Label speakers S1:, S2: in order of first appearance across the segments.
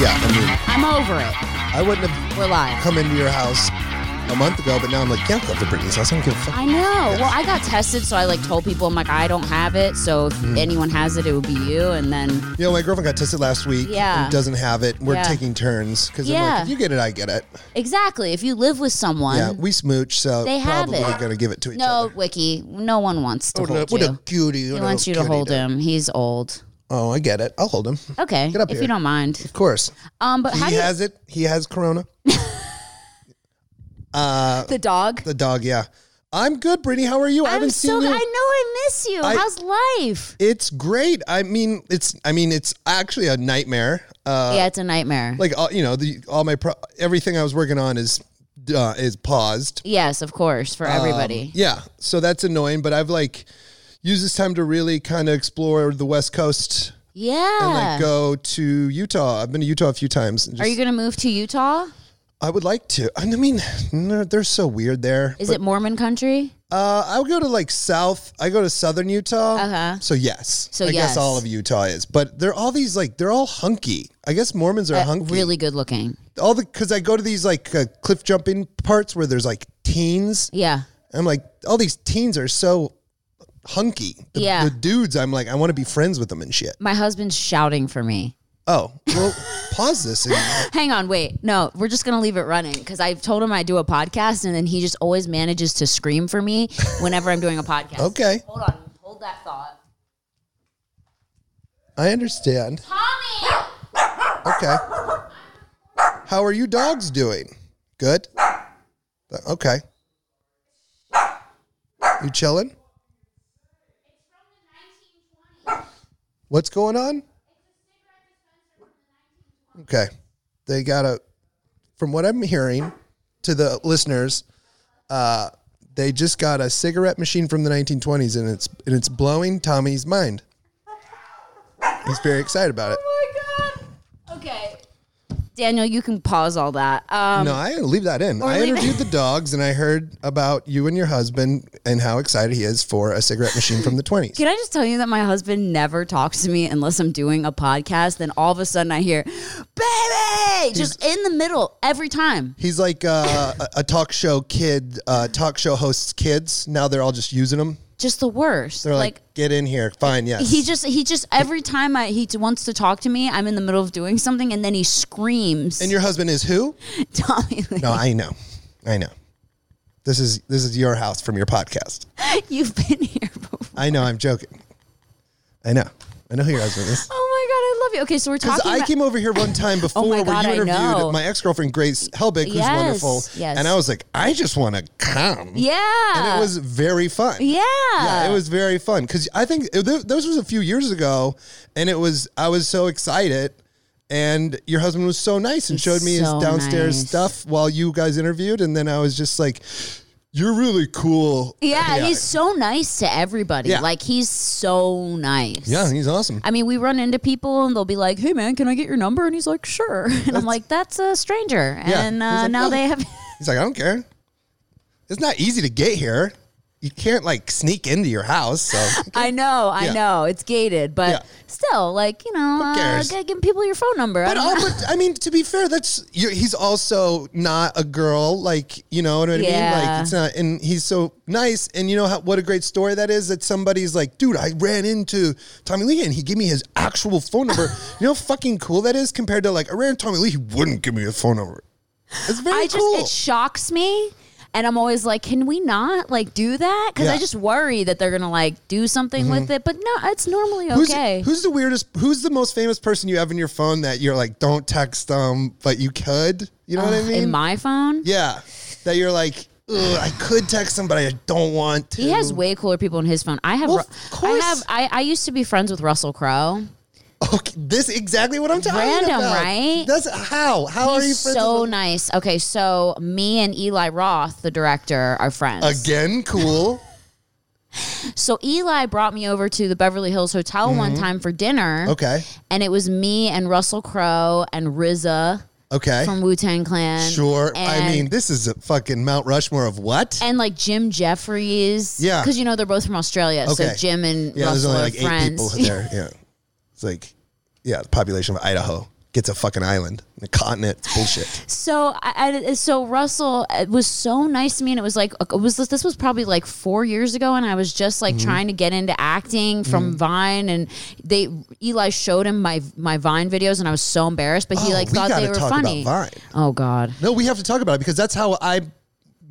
S1: Yeah, I mean,
S2: I'm over it.
S1: I wouldn't have
S2: We're live.
S1: come into your house a month ago, but now I'm like, yeah, I'll go to Britney's house. I don't give a fuck.
S2: I know. Well, I got tested, so I like told people I'm like I don't have it. So if
S1: Hmm.
S2: anyone has it, it would be you. And then
S1: You know, my girlfriend got tested last week.
S2: Yeah.
S1: And doesn't have it. We're
S2: Yeah.
S1: taking turns because I'm
S2: Yeah.
S1: like, if you get it, I get it.
S2: exactly, if you live with someone,
S1: Yeah, we smooch, so
S2: They have
S1: probably
S2: it.
S1: gonna give it to each
S2: no,
S1: other.
S2: Wiki, no one wants to
S1: What a,
S2: hold
S1: what
S2: you.
S1: a cutie!
S2: He
S1: What a
S2: wants you to
S1: cutie
S2: hold
S1: there.
S2: him. He's old.
S1: Oh, I get it. I'll hold him. Of
S2: Okay,
S1: Get up
S2: if
S1: here.
S2: you don't mind.
S1: course,
S2: Um, but how
S1: he
S2: do you,
S1: has it. He has Corona.
S2: the dog?
S1: The dog, yeah. I'm good, Brittany. How are you? I
S2: I'm
S1: Uh, haven't
S2: so.
S1: seen
S2: I know
S1: you.
S2: I miss you.
S1: I-
S2: How's life?
S1: It's great. I mean, it's. I mean, it's actually a nightmare. Uh,
S2: yeah, it's a nightmare.
S1: Like all, you know, the all my pro- everything I was working on is uh, is paused.
S2: yes, of course,
S1: Um,
S2: for everybody.
S1: Yeah, so that's annoying. But I've like used this time to really kind of explore the West Coast
S2: Yeah.
S1: and like go to Utah. I've been to Utah a few times. and
S2: Are
S1: just-
S2: you gonna move to Utah?
S1: I would like to. I mean, they're they're so weird there.
S2: Is it Mormon country?
S1: Uh, I would go to like South. I go to Southern Utah.
S2: Uh-huh.
S1: So yes.
S2: So
S1: I
S2: yes.
S1: guess all of Utah is, but they're all these like they're all hunky. I guess Mormons are hunky.
S2: Uh, Really good looking.
S1: All the because I go to these like uh, cliff jumping parts where there's like teens.
S2: Yeah.
S1: I'm like, all these teens are so hunky. The,
S2: Yeah.
S1: The dudes, I'm like, I want to be friends with them and shit.
S2: My husband's shouting for me.
S1: Oh, well, pause this. And,
S2: Hang on, wait. No, we're just gonna leave it running because I've told him I do a podcast, and then he just always manages to scream for me whenever I'm doing a podcast.
S1: okay,
S2: Hold on. Hold that thought.
S1: I understand.
S2: Tommy.
S1: Okay. How are you dogs doing? Good? Okay. You chilling? What's going on? Okay. They got a from what I'm hearing to the listeners, uh they just got a cigarette machine from the 1920s and it's and it's blowing Tommy's mind. He's very excited about it.
S2: Oh my god. Okay. Daniel, you can pause all that. Um,
S1: No, I leave that in. I
S2: leave it-
S1: interviewed the dogs and I heard about you and your husband and how excited he is for a cigarette machine from the 20s.
S2: Can I just tell you that my husband never talks to me unless I'm doing a podcast? Then all of a sudden I hear, baby, just in the middle every time.
S1: He's like uh, a, a talk show kid, uh, talk show hosts kids. Now they're all just using them.
S2: Just the worst.
S1: They're like, get in here. Fine, yes.
S2: he just, he just, every time I, he wants to talk to me, I'm in the middle of doing something and then he screams.
S1: and your husband is who?
S2: Tommy, Lee,
S1: No, I know. I know. This is this is your house from your podcast.
S2: you've been here before.
S1: I know I'm joking. I know. I know who your husband is.
S2: Oh my God, I love you. Okay, so we're
S1: Because
S2: talking
S1: I
S2: about, Oh
S1: came over here one time before
S2: my
S1: where
S2: God,
S1: you
S2: I know.
S1: interviewed my ex girlfriend Grace Helbig, who's
S2: Yes,
S1: wonderful.
S2: yes.
S1: And I was like, I just want to come.
S2: yeah.
S1: And it was very fun.
S2: yeah.
S1: Yeah, it was very fun because I think uh, th- those was a few years ago, and it was I was so excited, and your husband was so nice and showed me
S2: so
S1: his downstairs
S2: nice.
S1: stuff while you guys interviewed, and then I was just like, "You're really cool."
S2: Yeah, he's so nice to everybody.
S1: Yeah.
S2: Like he's so nice.
S1: yeah, he's awesome.
S2: I mean, we run into people and they'll be like, "Hey, man, can I get your number?" And he's like, "Sure." And I'm like, "That's a stranger."
S1: Yeah.
S2: And
S1: He's
S2: uh,
S1: like,
S2: now
S1: "Oh."
S2: they have.
S1: He's like, I don't care. It's not easy to get here. You can't like sneak into your house. So
S2: I know, I
S1: Yeah.
S2: know, it's gated, but
S1: Yeah.
S2: still, like you know, uh,
S1: cares?
S2: g- give people your phone number. I
S1: But,
S2: don't
S1: all,
S2: know.
S1: but I mean, to be fair, that's you he's also not a girl. Like you know what I mean?
S2: Yeah.
S1: Like it's not, and he's so nice. And you know how, what a great story that is. That somebody's like, dude, I ran into Tommy Lee and he gave me his actual phone number. you know, how fucking cool that is compared to like I ran into Tommy Lee. He wouldn't give me his phone number. It's very
S2: I just
S1: cool.
S2: it shocks me. And I'm always like, can we not like do that? Because I
S1: Yeah. Mm-hmm.
S2: just worry that they're gonna like do something with it. But no, it's normally
S1: Who's,
S2: okay.
S1: who's the weirdest? Who's the most famous person you have in your phone that you're like, don't text them, but you could? You know what I
S2: Ugh,
S1: mean?
S2: In my phone,
S1: yeah, that you're like, Ugh, I could text them, but I don't want to.
S2: He has way cooler people on his phone. I have,
S1: Well,
S2: Ru-
S1: of course.
S2: I have, I, I used to be friends with Russell Crowe.
S1: Okay, this exactly what I'm talking
S2: Random,
S1: about.
S2: right?
S1: That's how. How Oh, are you
S2: He's
S1: friends
S2: so
S1: with-
S2: nice. Okay, so me and Eli Roth, the director, are friends.
S1: again? Cool.
S2: So Eli brought me over to the Beverly Hills Hotel one time for dinner.
S1: Mm-hmm. Okay.
S2: and it was me and Russell Crowe and RZA
S1: Okay.
S2: from Wu Tang Clan.
S1: Sure. I
S2: and-
S1: mean, this is a fucking Mount Rushmore of what?
S2: and like Jim Jeffries.
S1: Yeah.
S2: because you know they're both from Australia.
S1: Okay.
S2: So Jim and
S1: yeah, there's
S2: Russell
S1: only
S2: are
S1: like eight people
S2: friends.
S1: there. Yeah. It's like, yeah, the population of Idaho gets a fucking island, a continent. It's bullshit.
S2: So I, I- so Russell uh, was so nice to me, and it was like it was this was probably like four years ago, and I was just
S1: Mm-hmm.
S2: like trying to get into acting from Vine, and they Eli showed him my my Vine videos, and I was so embarrassed, but he
S1: Oh,
S2: like
S1: we
S2: thought
S1: gotta
S2: they were
S1: talk about
S2: funny.
S1: Vine.
S2: Oh God.
S1: No, we have to talk about it because that's how I,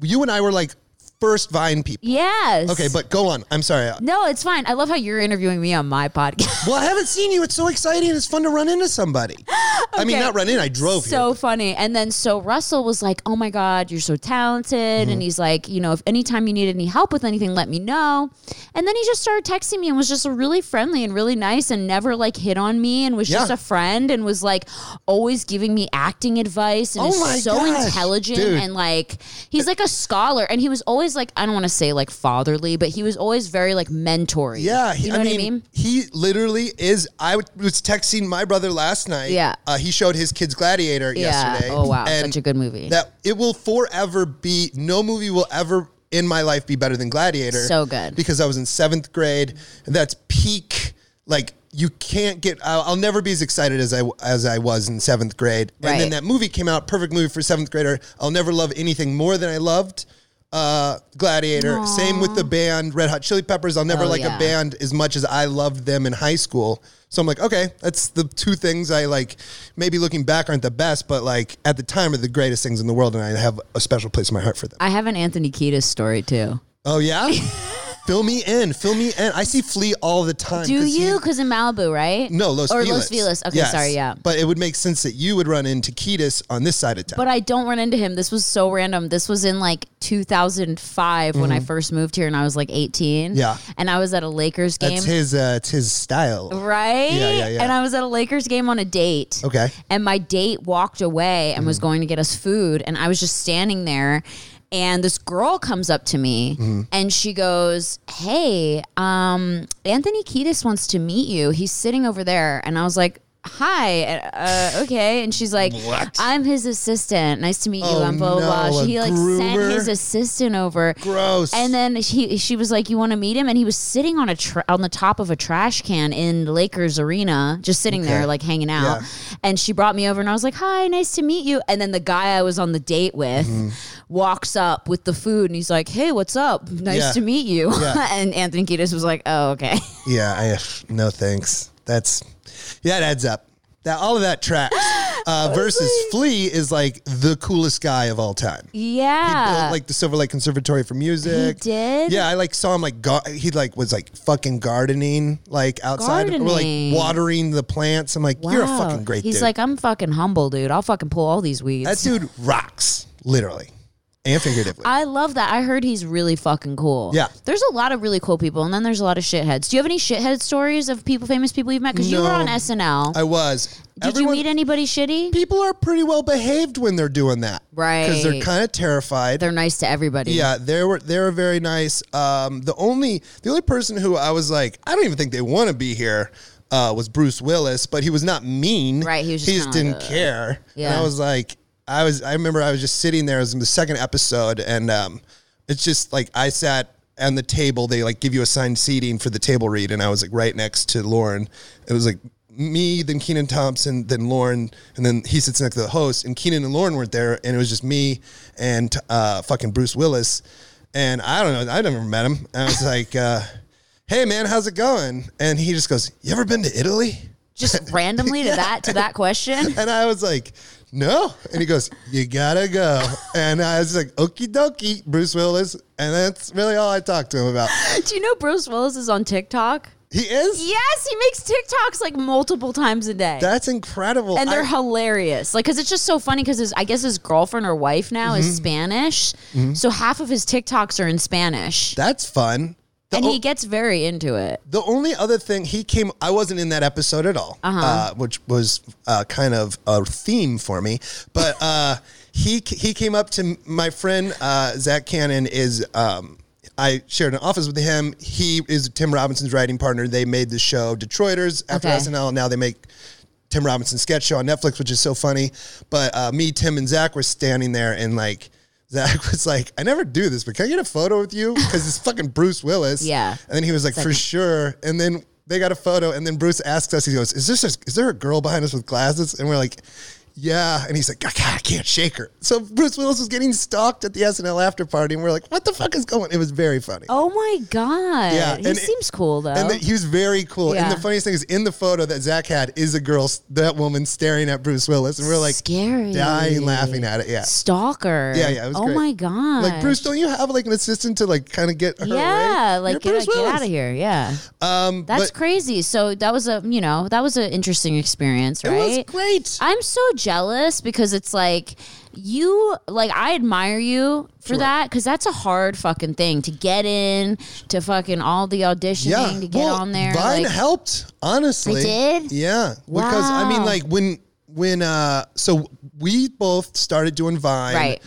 S1: you and I were like first Vine people.
S2: Yes.
S1: Okay, but go on. I'm sorry.
S2: no, it's fine. I love how you're interviewing me on my podcast.
S1: Well, I haven't seen you. It's so exciting. It's fun to run into somebody. I mean,
S2: Okay.
S1: not run in. I drove
S2: so
S1: here.
S2: funny. And then so Russell was like, "Oh my God, you're so talented,"
S1: Mm-hmm.
S2: and he's like, "You know, if anytime you need any help with anything, let me know." And then he just started texting me and was just really friendly and really nice and never like hit on me and was just
S1: Yeah.
S2: a friend and was like always giving me acting advice and
S1: Oh my
S2: is so
S1: gosh,
S2: intelligent
S1: dude.
S2: and like he's like a scholar and he was always like I don't want to say like fatherly, but he was always very like mentory.
S1: Yeah,
S2: you know what I mean.
S1: he literally is. I w- was texting my brother last night.
S2: Yeah.
S1: uh, he showed his kids Gladiator
S2: Yeah.
S1: yesterday.
S2: Oh wow,
S1: and
S2: such a good movie.
S1: That it will forever be. No movie will ever in my life be better than Gladiator.
S2: So good.
S1: because I was in seventh grade. And that's peak. Like you can't get. I'll, I'll never be as excited as I w- as I was in seventh grade. And then
S2: Right.
S1: that movie came out. Perfect movie for seventh grader. I'll never love anything more than I loved. Uh, Gladiator. Same with the band Red Hot Chili Peppers. I'll never
S2: Oh,
S1: like a
S2: yeah.
S1: band as much as I loved them in high school. So I'm like, okay, that's the two things I like. Maybe looking back aren't the best, but like at the time are the greatest things in the world, and I have a special place in my heart for them.
S2: I have an Anthony Kiedis story too.
S1: Oh yeah, fill me in, fill me in. I see Flea all the time.
S2: Do
S1: 'cause he-
S2: you? Because in Malibu, right?
S1: no, Los
S2: or
S1: Feliz.
S2: Los Feliz. Okay,
S1: Yes.
S2: sorry, yeah. But,
S1: But it would make sense that you would run into Ketis on this side of town.
S2: I don't run into him. This was so random. This was in like 2005 when I first moved here, and I was like 18.
S1: Mm-hmm. Yeah.
S2: and I was at a Lakers game,
S1: That's his, uh, it's his style.
S2: right?
S1: Yeah, yeah, yeah.
S2: And I was at a Lakers game on a date.
S1: Okay.
S2: and my date walked away and was
S1: Mm.
S2: going to get us food and i was just standing there and this girl comes up to me
S1: Mm-hmm.
S2: and she goes hey um, anthony kiedis wants to meet you he's sitting over there and i was like Hi, uh, okay. And she's like,
S1: What?
S2: I'm his assistant. Nice to meet you.
S1: Oh,
S2: I'm blah, blah,
S1: no,
S2: blah.
S1: a
S2: He like
S1: groomer?
S2: sent his assistant over.
S1: Gross.
S2: And then he, she was like, "You want to meet him?" And he was sitting on a tra- on the top of a trash can in Lakers arena, just sitting there, like hanging out.
S1: Yeah.
S2: And she brought me over, and I was like, "Hi, nice to meet you." And then the guy I was on the date with
S1: Mm-hmm.
S2: walks up with the food, and he's like, "Hey, what's up? Nice
S1: Yeah.
S2: to meet you."
S1: Yeah.
S2: and Anthony Kiedis was like, "Oh, okay."
S1: Yeah, I, no thanks. That's yeah, it adds up. That all of that tracks. Uh, versus Flea is like the coolest guy of all time.
S2: yeah.
S1: Built, like the Silver Lake Conservatory for music.
S2: He did?
S1: Yeah, I like saw him like gar- he like was like fucking gardening like outside of-
S2: Gardening.
S1: or like watering the plants. I'm like, you're a fucking great
S2: He's
S1: dude.
S2: like, I'm fucking humble, dude. I'll fucking pull all these weeds.
S1: that dude rocks literally and figuratively.
S2: I love that. I heard he's really fucking cool.
S1: Yeah.
S2: There's a lot of really cool people, and then there's a lot of shitheads. Do you have any shithead stories of people, famous people you've met? Because you were
S1: No.
S2: on SNL.
S1: I was.
S2: Did
S1: Everyone-
S2: you meet anybody shitty?
S1: people are pretty well behaved when they're doing that, Because they're
S2: Right.
S1: kind of terrified.
S2: They're nice to everybody.
S1: Yeah, they were they were very nice. Um, the only the only person who I was like, I don't even think they want to be here. Uh, was Bruce Willis, but he was not mean.
S2: Right, he was just
S1: he just
S2: kinda
S1: didn't
S2: like,
S1: care. And I
S2: Yeah.
S1: was like, I was. I remember I was just sitting there. It was in the second episode, and um, it's just like I sat on the table. They like give you assigned seating for the table read, and I was like right next to Lauren. It was like me, then Keenan Thompson, then Lauren, and then he sits next to the host. And Keenan and Lauren weren't there, and it was just me and uh, fucking Bruce Willis. And I don't know. I never met him. And I was like, uh, "Hey, man, how's it going?" And he just goes, "You ever been to Italy?"
S2: Just randomly to that to that question.
S1: And I was like, no. And he goes, you gotta go. And I was like, okie dokie, Bruce Willis. And that's really all I talked to him about.
S2: Do you know Bruce Willis is on TikTok?
S1: He is?
S2: Yes, he makes TikToks like multiple times a day.
S1: That's incredible.
S2: and they're
S1: I-
S2: hilarious. Like, because it's just so funny. Because I guess his girlfriend or wife now
S1: Mm-hmm.
S2: is Spanish, so half of his TikToks are in Spanish,
S1: that's fun. The,
S2: and
S1: o-
S2: he gets very into it.
S1: the only other thing he came, I wasn't in that episode at all,
S2: Uh-huh.
S1: uh which was uh, kind of a theme for me. But uh, he he came up to m- my friend uh, Zach Cannon is. Um, I shared an office with him. He is Tim Robinson's writing partner. They made the show Detroiters after
S2: Okay.
S1: SNL. Now they make Tim Robinson sketch show on Netflix, which is so funny. But uh, me, Tim, and Zach were standing there, and like Zach was like, "I never do this, but can I get a photo with you? Because it's fucking Bruce Willis."
S2: Yeah.
S1: And then he was like, "For sure." And then they got a photo, and then Bruce asks us, he goes, "Is this a, is there a girl behind us with glasses?" And we're like. Yeah, and he's like, God, I can't shake her. So Bruce Willis was getting stalked at the SNL after party, and we're like, "What the fuck is going?" It was very funny.
S2: Oh my god.
S1: Yeah,
S2: he
S1: and it-
S2: seems cool though.
S1: And the, he was very cool. And
S2: Yeah.
S1: the funniest thing is, in the photo that Zach had is a girl, that woman staring at Bruce Willis, and we're like
S2: Scary.
S1: dying laughing at it. Yeah,
S2: Stalker.
S1: yeah, yeah. It was
S2: oh
S1: great.
S2: my god.
S1: Like Bruce, don't you have like an assistant to like kind of get her
S2: Yeah,
S1: away?
S2: like
S1: You're
S2: get,
S1: Bruce
S2: like, get
S1: Willis.
S2: out of here. Yeah.
S1: Um,
S2: That's
S1: but
S2: crazy. So that was a, you know, that was an interesting experience, right?
S1: It was great.
S2: I'm so jealous because it's like you like I admire you for that because that's a hard fucking thing to get in to fucking all the auditioning
S1: yeah,
S2: to get
S1: Well,
S2: on there.
S1: Vine
S2: like,
S1: helped, honestly.
S2: It did?
S1: Yeah, because I mean,
S2: Wow.
S1: like when when uh, so we both started doing Vine,
S2: right.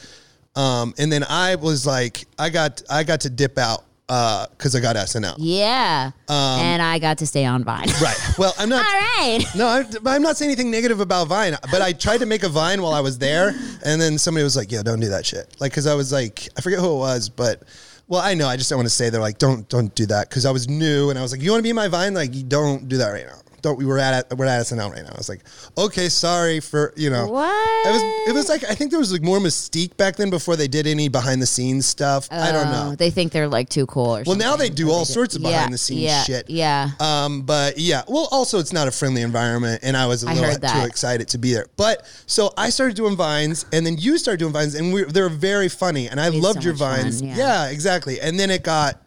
S1: Um, and then I was like, I got I got to dip out because I got SNL.
S2: Yeah. and I got to stay on Vine.
S1: Um, Right. Well, I'm not.
S2: all right.
S1: No, I, but I'm not saying anything negative about Vine, but I tried to make a Vine while I was there, and then somebody was like, "Yo, don't do that shit." Like, because I was like, I forget who it was, but well, I know I just don't want to say they're like, "Don't, don't do that," because I was new, and I was like, "You want to be in my Vine? Like, you don't do that right now. Don't. We were at we're at SNL right now." I was like, "Okay, sorry for you know."
S2: What?
S1: It was it was like I think there was like more mystique back then before they did any behind the scenes stuff. I don't
S2: Oh,
S1: know.
S2: They think they're like too cool or
S1: Well,
S2: something.
S1: now they do all sorts of
S2: Yeah,
S1: behind the scenes
S2: yeah,
S1: shit.
S2: Yeah.
S1: Um, but yeah, well, also it's not a friendly environment, and I was a
S2: I
S1: little
S2: heard
S1: too
S2: that.
S1: excited to be there. But so I started doing vines, and then you started doing vines, and we, they're very funny, and I
S2: It's
S1: loved
S2: so
S1: your
S2: much fun,
S1: vines.
S2: yeah.
S1: yeah. exactly. And then it got,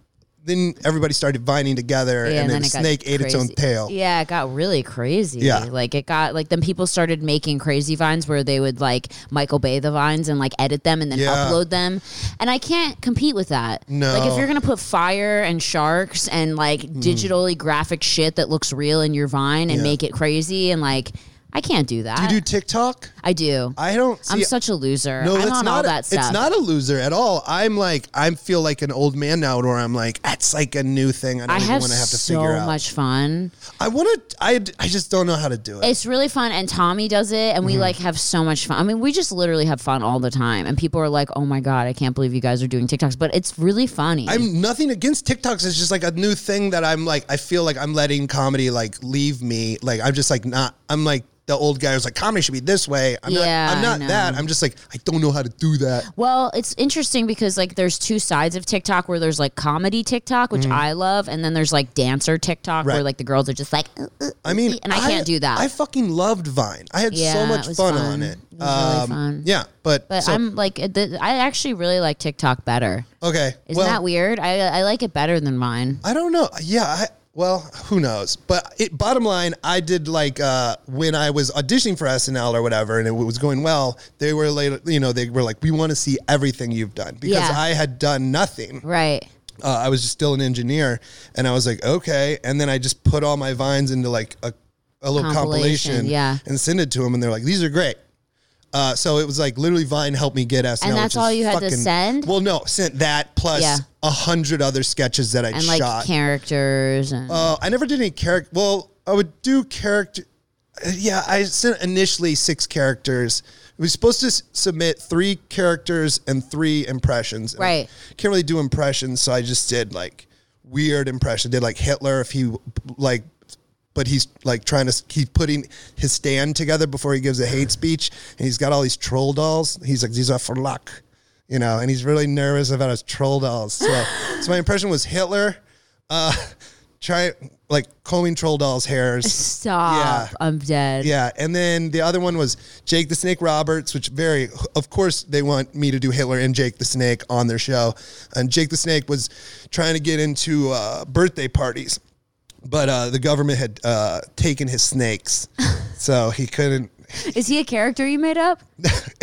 S1: then everybody started vining together,
S2: Yeah,
S1: and, then,
S2: it got
S1: snake ate its own
S2: crazy.
S1: tail.
S2: Yeah, it got really crazy.
S1: Yeah.
S2: Like it got like then people started making crazy vines where they would like Michael Bay the vines and like edit them and then
S1: Yeah.
S2: upload them. And I can't compete with that.
S1: No. Mm.
S2: Like if you're gonna put fire and sharks and like digitally graphic shit that looks real in your vine and
S1: Yeah.
S2: make it crazy and like I can't do that.
S1: You do TikTok?
S2: I do. I,
S1: I don't. See,
S2: am such a loser.
S1: No,
S2: I'm
S1: that's
S2: on
S1: not.
S2: all
S1: a-
S2: that stuff.
S1: It's not a loser at all. I'm like, I feel like an old man now, where I'm like, that's like a new thing. I don't
S2: I
S1: even
S2: have,
S1: want to have to
S2: so
S1: figure out.
S2: much fun.
S1: I want to. I I just don't know how to do it.
S2: It's really fun, and Tommy does it, and we
S1: Mm-hmm.
S2: like have so much fun. I mean, we just literally have fun all the time, and people are like, "Oh my god, I can't believe you guys are doing TikToks," but it's really funny.
S1: I'm nothing against TikToks. It's just like a new thing that I'm like, I feel like I'm letting comedy like leave me. Like I'm just like not. I'm like the old guy who's like comedy should be this way. I'm
S2: Yeah,
S1: not.
S2: I
S1: I'm
S2: know.
S1: not that. I'm just like I don't know how to do that.
S2: well, it's interesting because like there's two sides of TikTok where there's like comedy TikTok, which I love, and then there's like dancer TikTok where
S1: Mm-hmm. Right.
S2: like the girls are just like, "Uh, uh,
S1: I mean,
S2: and I can't do that.
S1: I fucking loved Vine. I had
S2: Yeah,
S1: so
S2: it
S1: much
S2: was
S1: fun,
S2: fun.
S1: on it. Um,
S2: It was really fun.
S1: Yeah, but,
S2: but
S1: so-
S2: I'm like, it- th- I actually really like TikTok better.
S1: okay.
S2: Isn't
S1: well,
S2: that weird? I I like it better than mine.
S1: I don't know. Yeah, I, well, who knows? But it, bottom line, I did like uh, when I was auditioning for SNL or whatever, and it was going well. They were later, you know, they were like, "We want to see everything you've done," because
S2: Yeah.
S1: I had done nothing.
S2: Right.
S1: Uh, I was just still an engineer, and I was like, "Okay." And then I just put all my vines into like a, a little
S2: Compilation,
S1: compilation,
S2: yeah.
S1: and send it to them, and they're like, "These are great." Uh, so it was like literally Vine helped me get SNL,
S2: And that's
S1: which is
S2: all you had to
S1: fucking-
S2: send?
S1: Well, no, sent that plus a
S2: Yeah.
S1: hundred other sketches that I
S2: And like
S1: shot.
S2: characters and
S1: Uh, I never did any character. Well, I would do character. Yeah, I sent initially six characters. We was supposed to s- submit three characters and three impressions. And I
S2: Right.
S1: can't really do impressions, so I just did like weird impression. Did like Hitler if he like, but he's like trying to s- keep putting his stand together before he gives a hate speech, and he's got all these troll dolls. He's like, these are for luck, you know, and he's really nervous about his troll dolls. So, so my impression was Hitler uh try like combing troll doll's hairs
S2: stop.
S1: yeah.
S2: I'm dead.
S1: yeah and then the other one was jake the snake roberts which very of course they want me to do hitler and jake the snake on their show and jake the snake was trying to get into uh, birthday parties but uh, the government had uh, taken his snakes so he couldn't
S2: Is he a character you made up?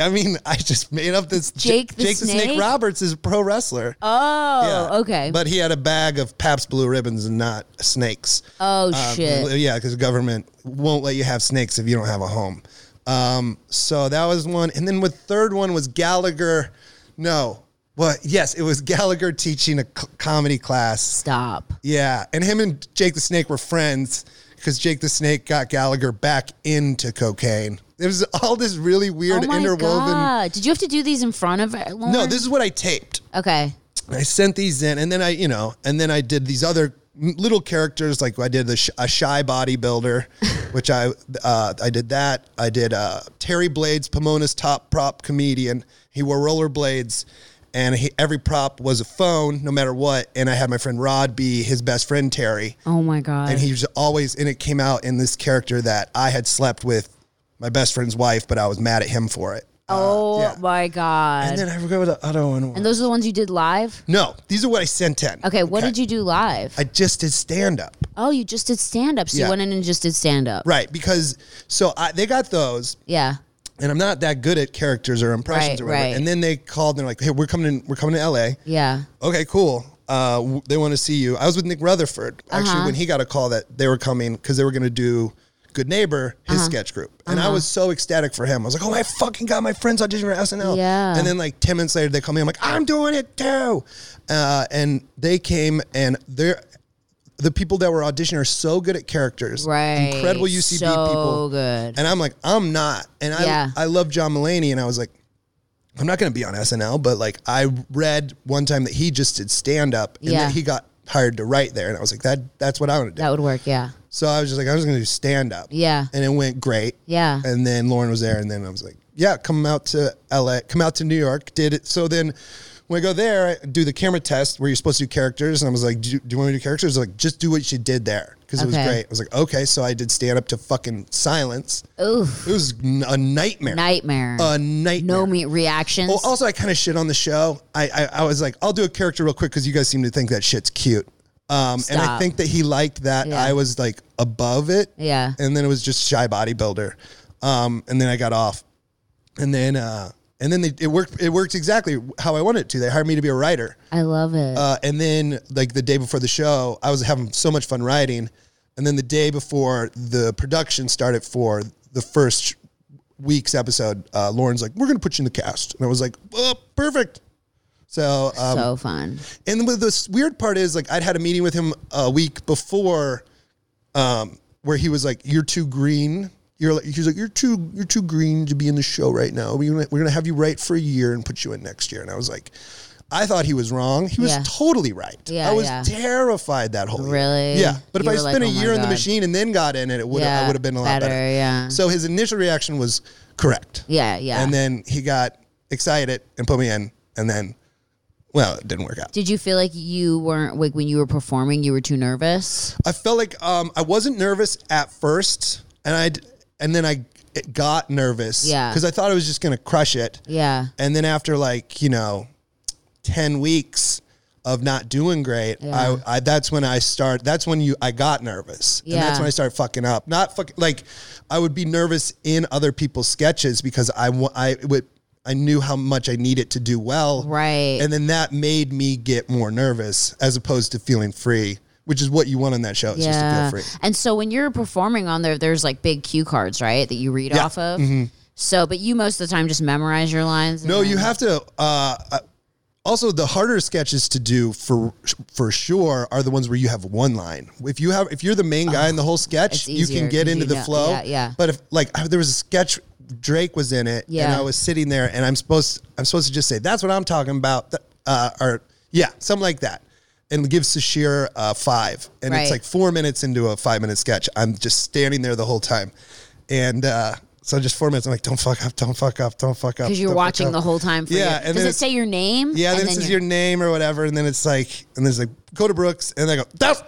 S1: i mean i just made up this J-
S2: Jake the
S1: jake the snake
S2: Snake?
S1: roberts is a pro wrestler
S2: Oh,
S1: Yeah.
S2: okay.
S1: But he had a bag of Pabst Blue Ribbons and not snakes.
S2: oh
S1: Um,
S2: shit.
S1: Yeah, because the government won't let you have snakes if you don't have a home. Um, so that was one. And then with third one was Gallagher. No. Well, yes, it was Gallagher teaching a c- comedy class.
S2: Stop.
S1: Yeah. And him and Jake the Snake were friends because Jake the Snake got Gallagher back into cocaine. It was all this really weird
S2: oh my
S1: interwoven.
S2: god! Did you have to do these in front of? Lauren?
S1: No, this is what I taped.
S2: Okay.
S1: I sent these in, and then I, you know, and then I did these other m- little characters. Like I did the sh- a shy bodybuilder, which I uh, I did that. I did uh, Terry Blades, Pomona's top prop comedian. He wore roller blades, and he, every prop was a phone, no matter what. And I had my friend Rod be his best friend Terry,
S2: Oh my god.
S1: and he uh, was always. And it came out in this character that I had slept with my best friend's wife, but I was mad at him for it.
S2: oh
S1: yeah.
S2: my god.
S1: And then I forgot what the other one. was.
S2: And those are the ones you did live?
S1: No, these are what I sent in.
S2: Okay, what did you do live?
S1: I just did stand up.
S2: oh, you just did stand up. So
S1: Yeah.
S2: you went in and just did stand up.
S1: Right. Because so I, they got those,
S2: Yeah.
S1: and I'm not that good at characters or impressions
S2: Right,
S1: or whatever.
S2: right.
S1: And then they called and they're like, hey, we're coming in, we're coming to LA.
S2: Yeah.
S1: Okay, cool. Uh, w- they want to see you. I was with Nick Rutherford actually
S2: Uh-huh.
S1: when he got a call that they were coming because they were going to do Good Neighbor, his
S2: Uh-huh.
S1: sketch group. And I was so ecstatic for him. I was like, oh, I fucking got my friend's audition for SNL.
S2: Yeah.
S1: And then like 10 minutes later, they call me. I'm like, I'm doing it too. Uh, and they came and they're, the people that were auditioning are so good at characters.
S2: Right.
S1: Incredible UCB
S2: so
S1: people.
S2: good.
S1: And I'm like, I'm not. And I
S2: Yeah.
S1: I love John Mulaney, and I was like, I'm not going to be on SNL, but like I read one time that he just did stand up, and
S2: Yeah.
S1: that he got hired to write there, and I was like, that that's what I want to do.
S2: That would work. Yeah.
S1: so I was just like, I'm just going to do stand up.
S2: Yeah.
S1: And it went great.
S2: Yeah.
S1: And then Lauren was there, and then I was like, yeah, come out to LA, come out to New York. Did it. So then when I go there, I do the camera test where you're supposed to do characters. And I was like, do you, do you want me to do characters? They're Like, just do what you did there because it was
S2: Okay.
S1: great. I was like, okay. So I did stand up to fucking silence.
S2: Oof.
S1: It was n- a nightmare.
S2: Nightmare.
S1: a nightmare.
S2: no meat reactions.
S1: Well, also, I kind of shit on the show. I, I, I was like, I'll do a character real quick because you guys seem to think that shit's cute. Um, and I
S2: Stop.
S1: think that he liked that
S2: Yeah.
S1: I was like above it.
S2: Yeah.
S1: And then it was just shy bodybuilder. Um, and then I got off. And then uh, and then they, it worked. It worked exactly how I wanted it to. They hired me to be a writer.
S2: I love it.
S1: Uh, and then like the day before the show, I was having so much fun writing. And then the day before the production started for the first week's episode, uh, Lauren's like, "We're gonna put you in the cast," and I was like, "Oh, perfect." So, um,
S2: so fun.
S1: and with the weird part is like I'd had a meeting with him a week before, um, where he was like, "You're too green." You're like, he's like, "You're too, you're too green to be in the show right now. We're gonna, we're gonna have you write for a year and put you in next year." And I was like, I thought he was wrong. He was
S2: Yeah.
S1: totally right.
S2: Yeah,
S1: I was
S2: yeah.
S1: terrified that whole year.
S2: Really?
S1: Yeah, but if
S2: You
S1: I
S2: were like,
S1: spent a
S2: "Oh my
S1: year in the
S2: God."
S1: machine and then got in it, it would have I
S2: Yeah,
S1: would have been a lot better.
S2: better, yeah.
S1: So his initial reaction was correct.
S2: Yeah. Yeah.
S1: And then he got excited and put me in, and then, well, it didn't work out.
S2: Did you feel like you weren't like when you were performing, you were too nervous?
S1: I felt like um, I wasn't nervous at first, and I and then I it got nervous.
S2: Yeah.
S1: because I thought I was just gonna crush it.
S2: Yeah.
S1: And then after like you know, ten weeks of not doing great,
S2: Yeah.
S1: I, I that's when I start. That's when you I got nervous, and that's
S2: Yeah.
S1: when I started fucking up. Not fucking like I would be nervous in other people's sketches because I wa- I would. I knew how much I needed to do well.
S2: Right.
S1: And then that made me get more nervous as opposed to feeling free, which is what you want on that show. It's
S2: yeah.
S1: just to feel free.
S2: And so when you're performing on there, there's like big cue cards, right? That you read
S1: Yeah. Mm-hmm.
S2: off of. So, but you most of the time just memorize your lines. and
S1: No,
S2: then-
S1: you have to. Uh, uh, also, the harder sketches to do for for sure are the ones where you have one line. If you have, if you're the main guy in the whole sketch,
S2: it's
S1: you can
S2: easier
S1: get
S2: 'cause
S1: into
S2: you
S1: the
S2: know-
S1: flow.
S2: yeah, yeah.
S1: But if like I- there was a sketch, Drake was in it, and
S2: Yeah.
S1: I was sitting there, and I'm supposed I'm supposed to just say that's what I'm talking about, th- uh, or yeah, something like that, and give Sashir a five, and it's
S2: Right.
S1: like four minutes into a five minute sketch. I'm just standing there the whole time, and. uh so just four minutes. I'm like, don't fuck up, don't fuck up, don't fuck up.
S2: because you're
S1: don't fuck
S2: watching
S1: up."
S2: the whole time. For
S1: Yeah,
S2: your-
S1: and then
S2: does it
S1: it's-
S2: say your name?
S1: Yeah,
S2: and
S1: then it says
S2: you're-
S1: your name or whatever, and then it's like, and there's like, go to Brooks, and I go, that's,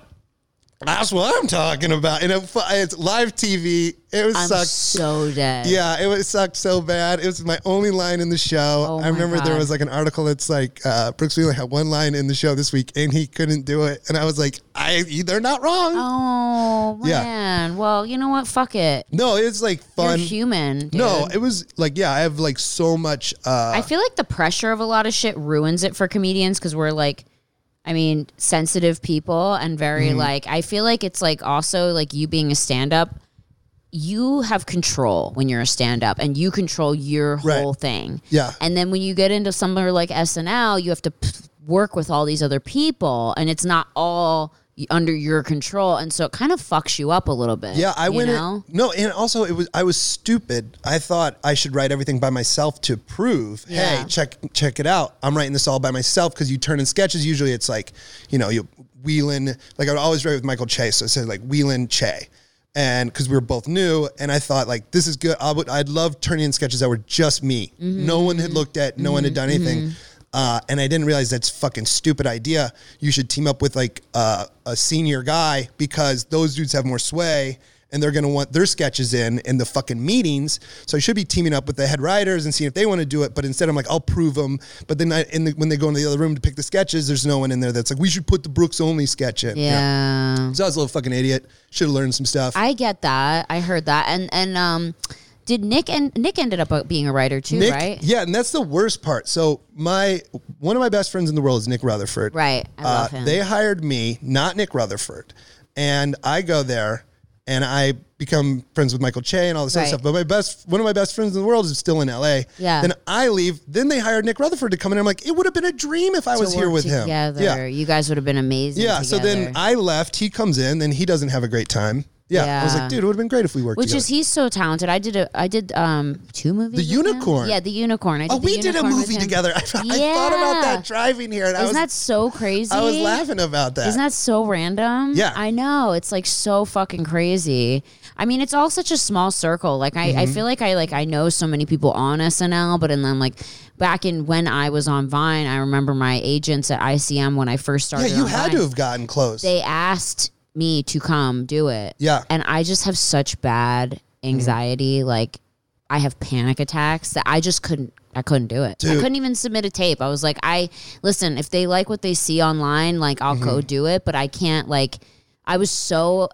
S1: that's what I'm talking about. And it, fu- it's live TV. It was
S2: I'm
S1: sucked.
S2: so dead.
S1: yeah, it was sucked so bad. It was my only line in the show.
S2: Oh
S1: I
S2: my
S1: remember there
S2: God.
S1: was like an article that's like uh, Brooks Wheeler had one line in the show this week, and he couldn't do it. And I was like, I they're not wrong.
S2: Oh
S1: Yeah.
S2: man. Well, you know what? Fuck it.
S1: No, it's like fun.
S2: You're human. dude.
S1: No, it was like yeah, I have like so much. uh
S2: I feel like the pressure of a lot of shit ruins it for comedians because we're like, I mean, sensitive people and very
S1: Mm-hmm.
S2: like, I feel like it's like also like you being a stand up, you have control when you're a stand up and you control your
S1: Right.
S2: whole thing.
S1: Yeah.
S2: And then when you get into somewhere like SNL, you have to p- work with all these other people and it's not all y- under your control, and so it kind of fucks you up a little bit.
S1: Yeah, I
S2: you
S1: went. in-
S2: know?
S1: no, and also it was I was stupid. I thought I should write everything by myself to prove.
S2: Yeah.
S1: Hey, check check it out. I'm writing this all by myself because you turn in sketches. Usually it's like you know you Whelan. Like I would always write with Michael Che, so it said like Whelan Che, and because we were both new, and I thought like this is good. I would I'd love turning in sketches that were just me. No one had looked at. No one had done anything. Uh, and I didn't realize that's a fucking stupid idea. You should team up with like uh, a senior guy because those dudes have more sway and they're going to want their sketches in in the fucking meetings. So I should be teaming up with the head writers and seeing if they want to do it. But instead, I'm like, I'll prove them. But then I, in the, when they go into the other room to pick the sketches, there's no one in there that's like, we should put the Brooks only sketch in. you know?
S2: yeah.
S1: So I was a little fucking idiot. Should have learned some stuff.
S2: I get that. I heard that. And and um, did Nick and Nick ended up uh, being a writer too,
S1: Nick,
S2: right?
S1: Yeah, and that's the worst part. So my one of my best friends in the world is Nick Rutherford.
S2: Right. I love him.
S1: Uh, They hired me, not Nick Rutherford, and I go there and I become friends with Michael Che and all this
S2: Right.
S1: other stuff. But my best one of my best friends in the world is still in L.A.
S2: Yeah.
S1: Then I leave. Then they hired Nick Rutherford to come in. I'm like, it would have been a dream if I was
S2: To
S1: here
S2: work
S1: with him.
S2: together.
S1: Yeah.
S2: You guys would have been amazing.
S1: Yeah. So then
S2: together.
S1: I left. He comes in. Then he doesn't have a great time. Yeah. I was
S2: Yeah.
S1: like, dude, it would have been great if we worked.
S2: Which
S1: together.
S2: is he's so talented. I did a I did um two movies.
S1: The
S2: with him.
S1: Unicorn.
S2: Yeah, the unicorn. I did
S1: Oh,
S2: The
S1: we did a
S2: Unicorn with
S1: movie
S2: him.
S1: together. I, I thought about
S2: Yeah.
S1: that driving here, and I
S2: Isn't
S1: was
S2: that so crazy?
S1: I was laughing about that.
S2: Isn't that so random?
S1: Yeah.
S2: I know. It's like so fucking crazy. I mean, it's all such a small circle. Like I, I
S1: Mm-hmm.
S2: feel like I like I know so many people on SNL, but and then like back in when I was on Vine, I remember my agents at ICM when I first started.
S1: yeah, you
S2: on
S1: had
S2: Vine,
S1: to have gotten close.
S2: They asked me to come do it.
S1: Yeah.
S2: And I just have such bad
S1: Mm-hmm.
S2: anxiety. Like I have panic attacks that I just couldn't I couldn't do it. I
S1: Dude.
S2: couldn't even submit a tape. I was like, I listen, if they like what they see online, like I'll go
S1: Mm-hmm.
S2: do it, but I can't like I was so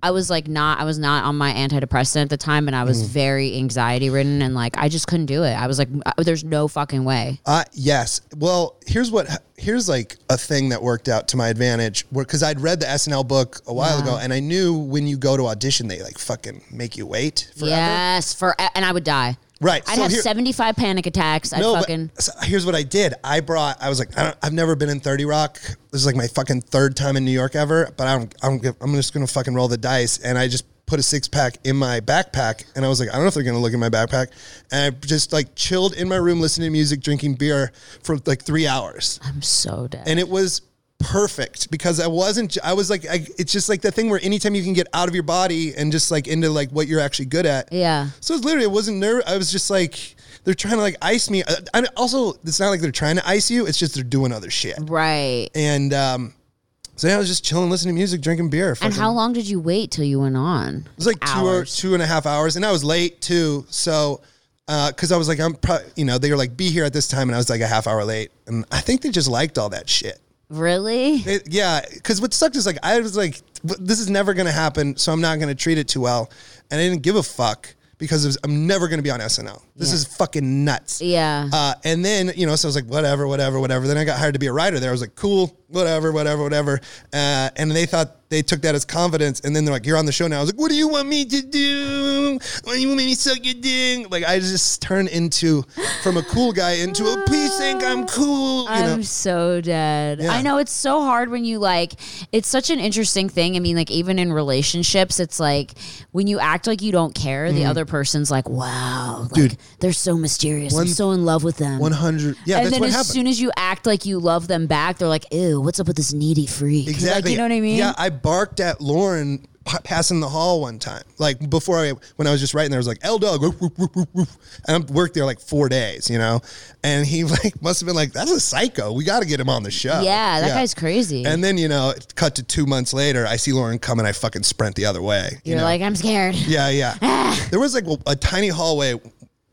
S2: I was like not I was not on my antidepressant at the time and I was
S1: Mm-hmm.
S2: very anxiety ridden and like I just couldn't do it. I was like "Uh, there's no fucking way.
S1: uh, yes. Well, here's what here's like a thing that worked out to my advantage, because I'd read the SNL book a while ago, and I knew when you go to audition, they like fucking make you wait forever.
S2: Yes, for and I would die.
S1: Right.
S2: I'd
S1: so
S2: have
S1: here-
S2: 75 panic attacks. I'd
S1: No, but-
S2: fucking
S1: so here's what I did. I brought. I was like, I don't, I've never been in Thirty Rock. This is like my fucking third time in New York ever. But I'm, I'm, g- I'm just gonna fucking roll the dice. And I just put a six pack in my backpack. And I was like, I don't know if they're gonna look in my backpack. And I just like chilled in my room, listening to music, drinking beer for like three hours.
S2: I'm so dead.
S1: And it was perfect because I wasn't. j- I was like, I, it's just like the thing where anytime you can get out of your body and just like into like what you're actually good at.
S2: yeah.
S1: So it's literally, it wasn't nerve. I was just like, they're trying to like ice me. Uh, And also, it's not like they're trying to ice you. It's just they're doing other shit.
S2: Right.
S1: And um, so yeah, I was just chilling, listening to music, drinking beer.
S2: And
S1: fucking-
S2: how long did you wait till you went on?
S1: it was like two or two and a half hours, and I was late too. So, because I was like, I'm probably, you know, they were like, be here at this time, and I was like a half hour late. And I think they just liked all that shit.
S2: Really?
S1: It, yeah, because what sucked is like I was like, this is never gonna happen, so I'm not gonna treat it too well, and I didn't give a fuck because it was, I'm never gonna be on SNL. This
S2: Yeah.
S1: is fucking nuts.
S2: Yeah.
S1: Uh, and then you know, so I was like, whatever, whatever, whatever. Then I got hired to be a writer there. I was like, cool, whatever, whatever, whatever. Uh, and they thought they took that as confidence. And then they're like, you're on the show now. I was like, what do you want me to do? What do you want me to suck your dick? Like I just turned into from a cool guy into a please think I'm cool. You know,
S2: I'm so dead.
S1: Yeah.
S2: I know it's so hard when you like it's such an interesting thing. I mean, like even in relationships, it's like when you act like you don't care, the other person's like, Wow, like,
S1: Mm-hmm. Dude.
S2: they're so mysterious.
S1: One-
S2: I'm so in love with them.
S1: one hundred. Yeah,
S2: and
S1: that's
S2: then
S1: what
S2: as
S1: happened.
S2: soon as you act like you love them back, they're like, Ew, what's up with this needy freak? Like,
S1: Exactly.
S2: you know what I mean?
S1: Yeah, I barked at Lauren pa- passing the hall one time. Like before I when I was just writing there, I was like, L dog, woof, woof, woof, woof, woof." and I worked there like four days, you know? And he like must have been like, That's a psycho. We gotta get him on the show.
S2: Yeah, that guy's crazy.
S1: And then, you know, it cut to two months later, I see Lauren come and I fucking sprint the other way. you
S2: You're
S1: know?
S2: like, I'm scared.
S1: Yeah, yeah. there was like a tiny hallway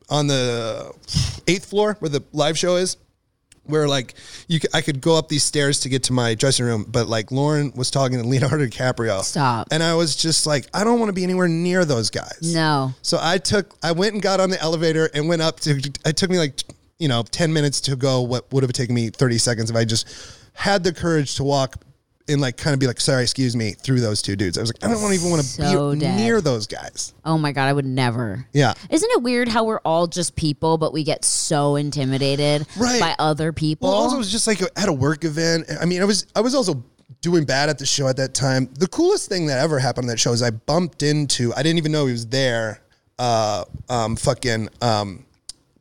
S1: on the eighth floor where the live show is, where like you, c- I could go up these stairs to get to my dressing room, but like Lauren was talking to Leonardo DiCaprio.
S2: Stop.
S1: And I was just like, I don't want to be anywhere near those guys.
S2: No.
S1: So I took, I went and got on the elevator and went up to. It took me like you know ten minutes to go. What would have taken me thirty seconds if I just had the courage to walk. And like, kind of be like, sorry, excuse me, through those two dudes. I was like, I don't even want to
S2: So
S1: be
S2: dead.
S1: near those guys.
S2: Oh my god, I would never.
S1: Yeah.
S2: Isn't it weird how we're all just people, but we get so intimidated
S1: Right.
S2: by other people?
S1: Well, also it was just like at a work event. I mean, I was I was also doing bad at the show at that time. The coolest thing that ever happened on that show is I bumped into, I didn't even know he was there, uh, um, fucking um,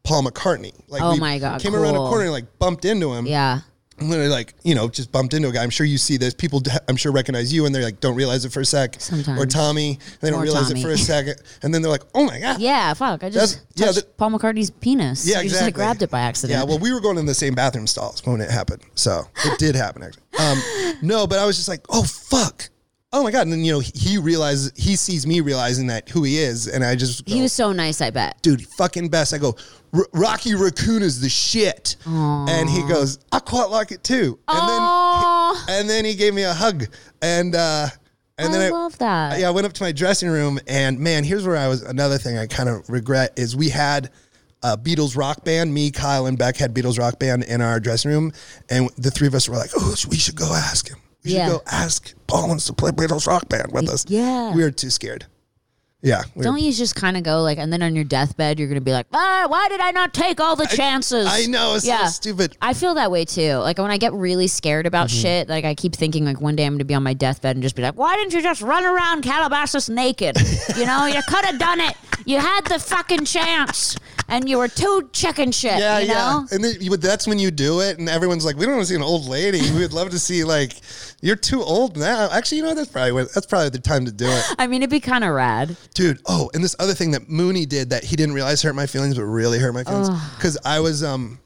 S1: Paul McCartney. Like
S2: Oh
S1: we
S2: my God,
S1: Came around a
S2: cool.
S1: corner and like bumped into him.
S2: Yeah.
S1: And literally like, you know, just bumped into a guy. I'm sure you see this. People, d- I'm sure recognize you and they're like, don't realize it for a sec.
S2: Sometimes.
S1: Or Tommy, and they don't
S2: Or
S1: realize
S2: Tommy.
S1: it for a second. And then they're like, oh my God.
S2: Yeah, fuck. I
S1: That's-
S2: just
S1: yeah,
S2: touched
S1: the-
S2: Paul McCartney's penis.
S1: Yeah,
S2: You
S1: exactly.
S2: just like grabbed it by accident.
S1: Yeah, well, we were going in the same bathroom stalls when it happened, so it did happen actually. Um, no, but I was just like, oh fuck, oh my god, and then you know he- he realizes he sees me realizing that who he is, and I just go,
S2: he was so nice, I bet.
S1: dude, fucking best. I go, "R- Rocky Raccoon is the shit, and he goes, I quite like it too, and
S2: Aw.
S1: then and then he gave me a hug, and uh, and
S2: I
S1: then
S2: love that.
S1: yeah, I went up to my dressing room, and man, here's where I was. Another thing I kind of regret is we had a Beatles rock band. Me, Kyle, and Beck had Beatles rock band in our dressing room, and the three of us were like, "Oh, we should go ask him. We should
S2: Yeah.
S1: go ask Paul wants to play Beatles rock band with us."
S2: Yeah.
S1: we were too scared. Yeah, we were-
S2: Don't you just kind of go like, and then on your deathbed, you're gonna be like, ah, why did I not take all the chances?
S1: I know it's so stupid.
S2: I feel that way too. Like when I get really scared about
S1: Mm-hmm.
S2: shit, like I keep thinking like one day I'm gonna be on my deathbed and just be like, why didn't you just run around Calabasas naked? you know, you could have done it. You had the fucking chance, and you were too chicken shit.
S1: Yeah,
S2: you know?
S1: yeah, and then, you- but that's when you do it, and everyone's like, "We don't want to see an old lady. We would love to see like you're too old now." Actually, you know what? that's probably what- that's probably the time to do it.
S2: I mean, it'd be kind of rad.
S1: dude. Oh, and this other thing that Mooney did that he didn't realize hurt my feelings, but really hurt my feelings because I was um,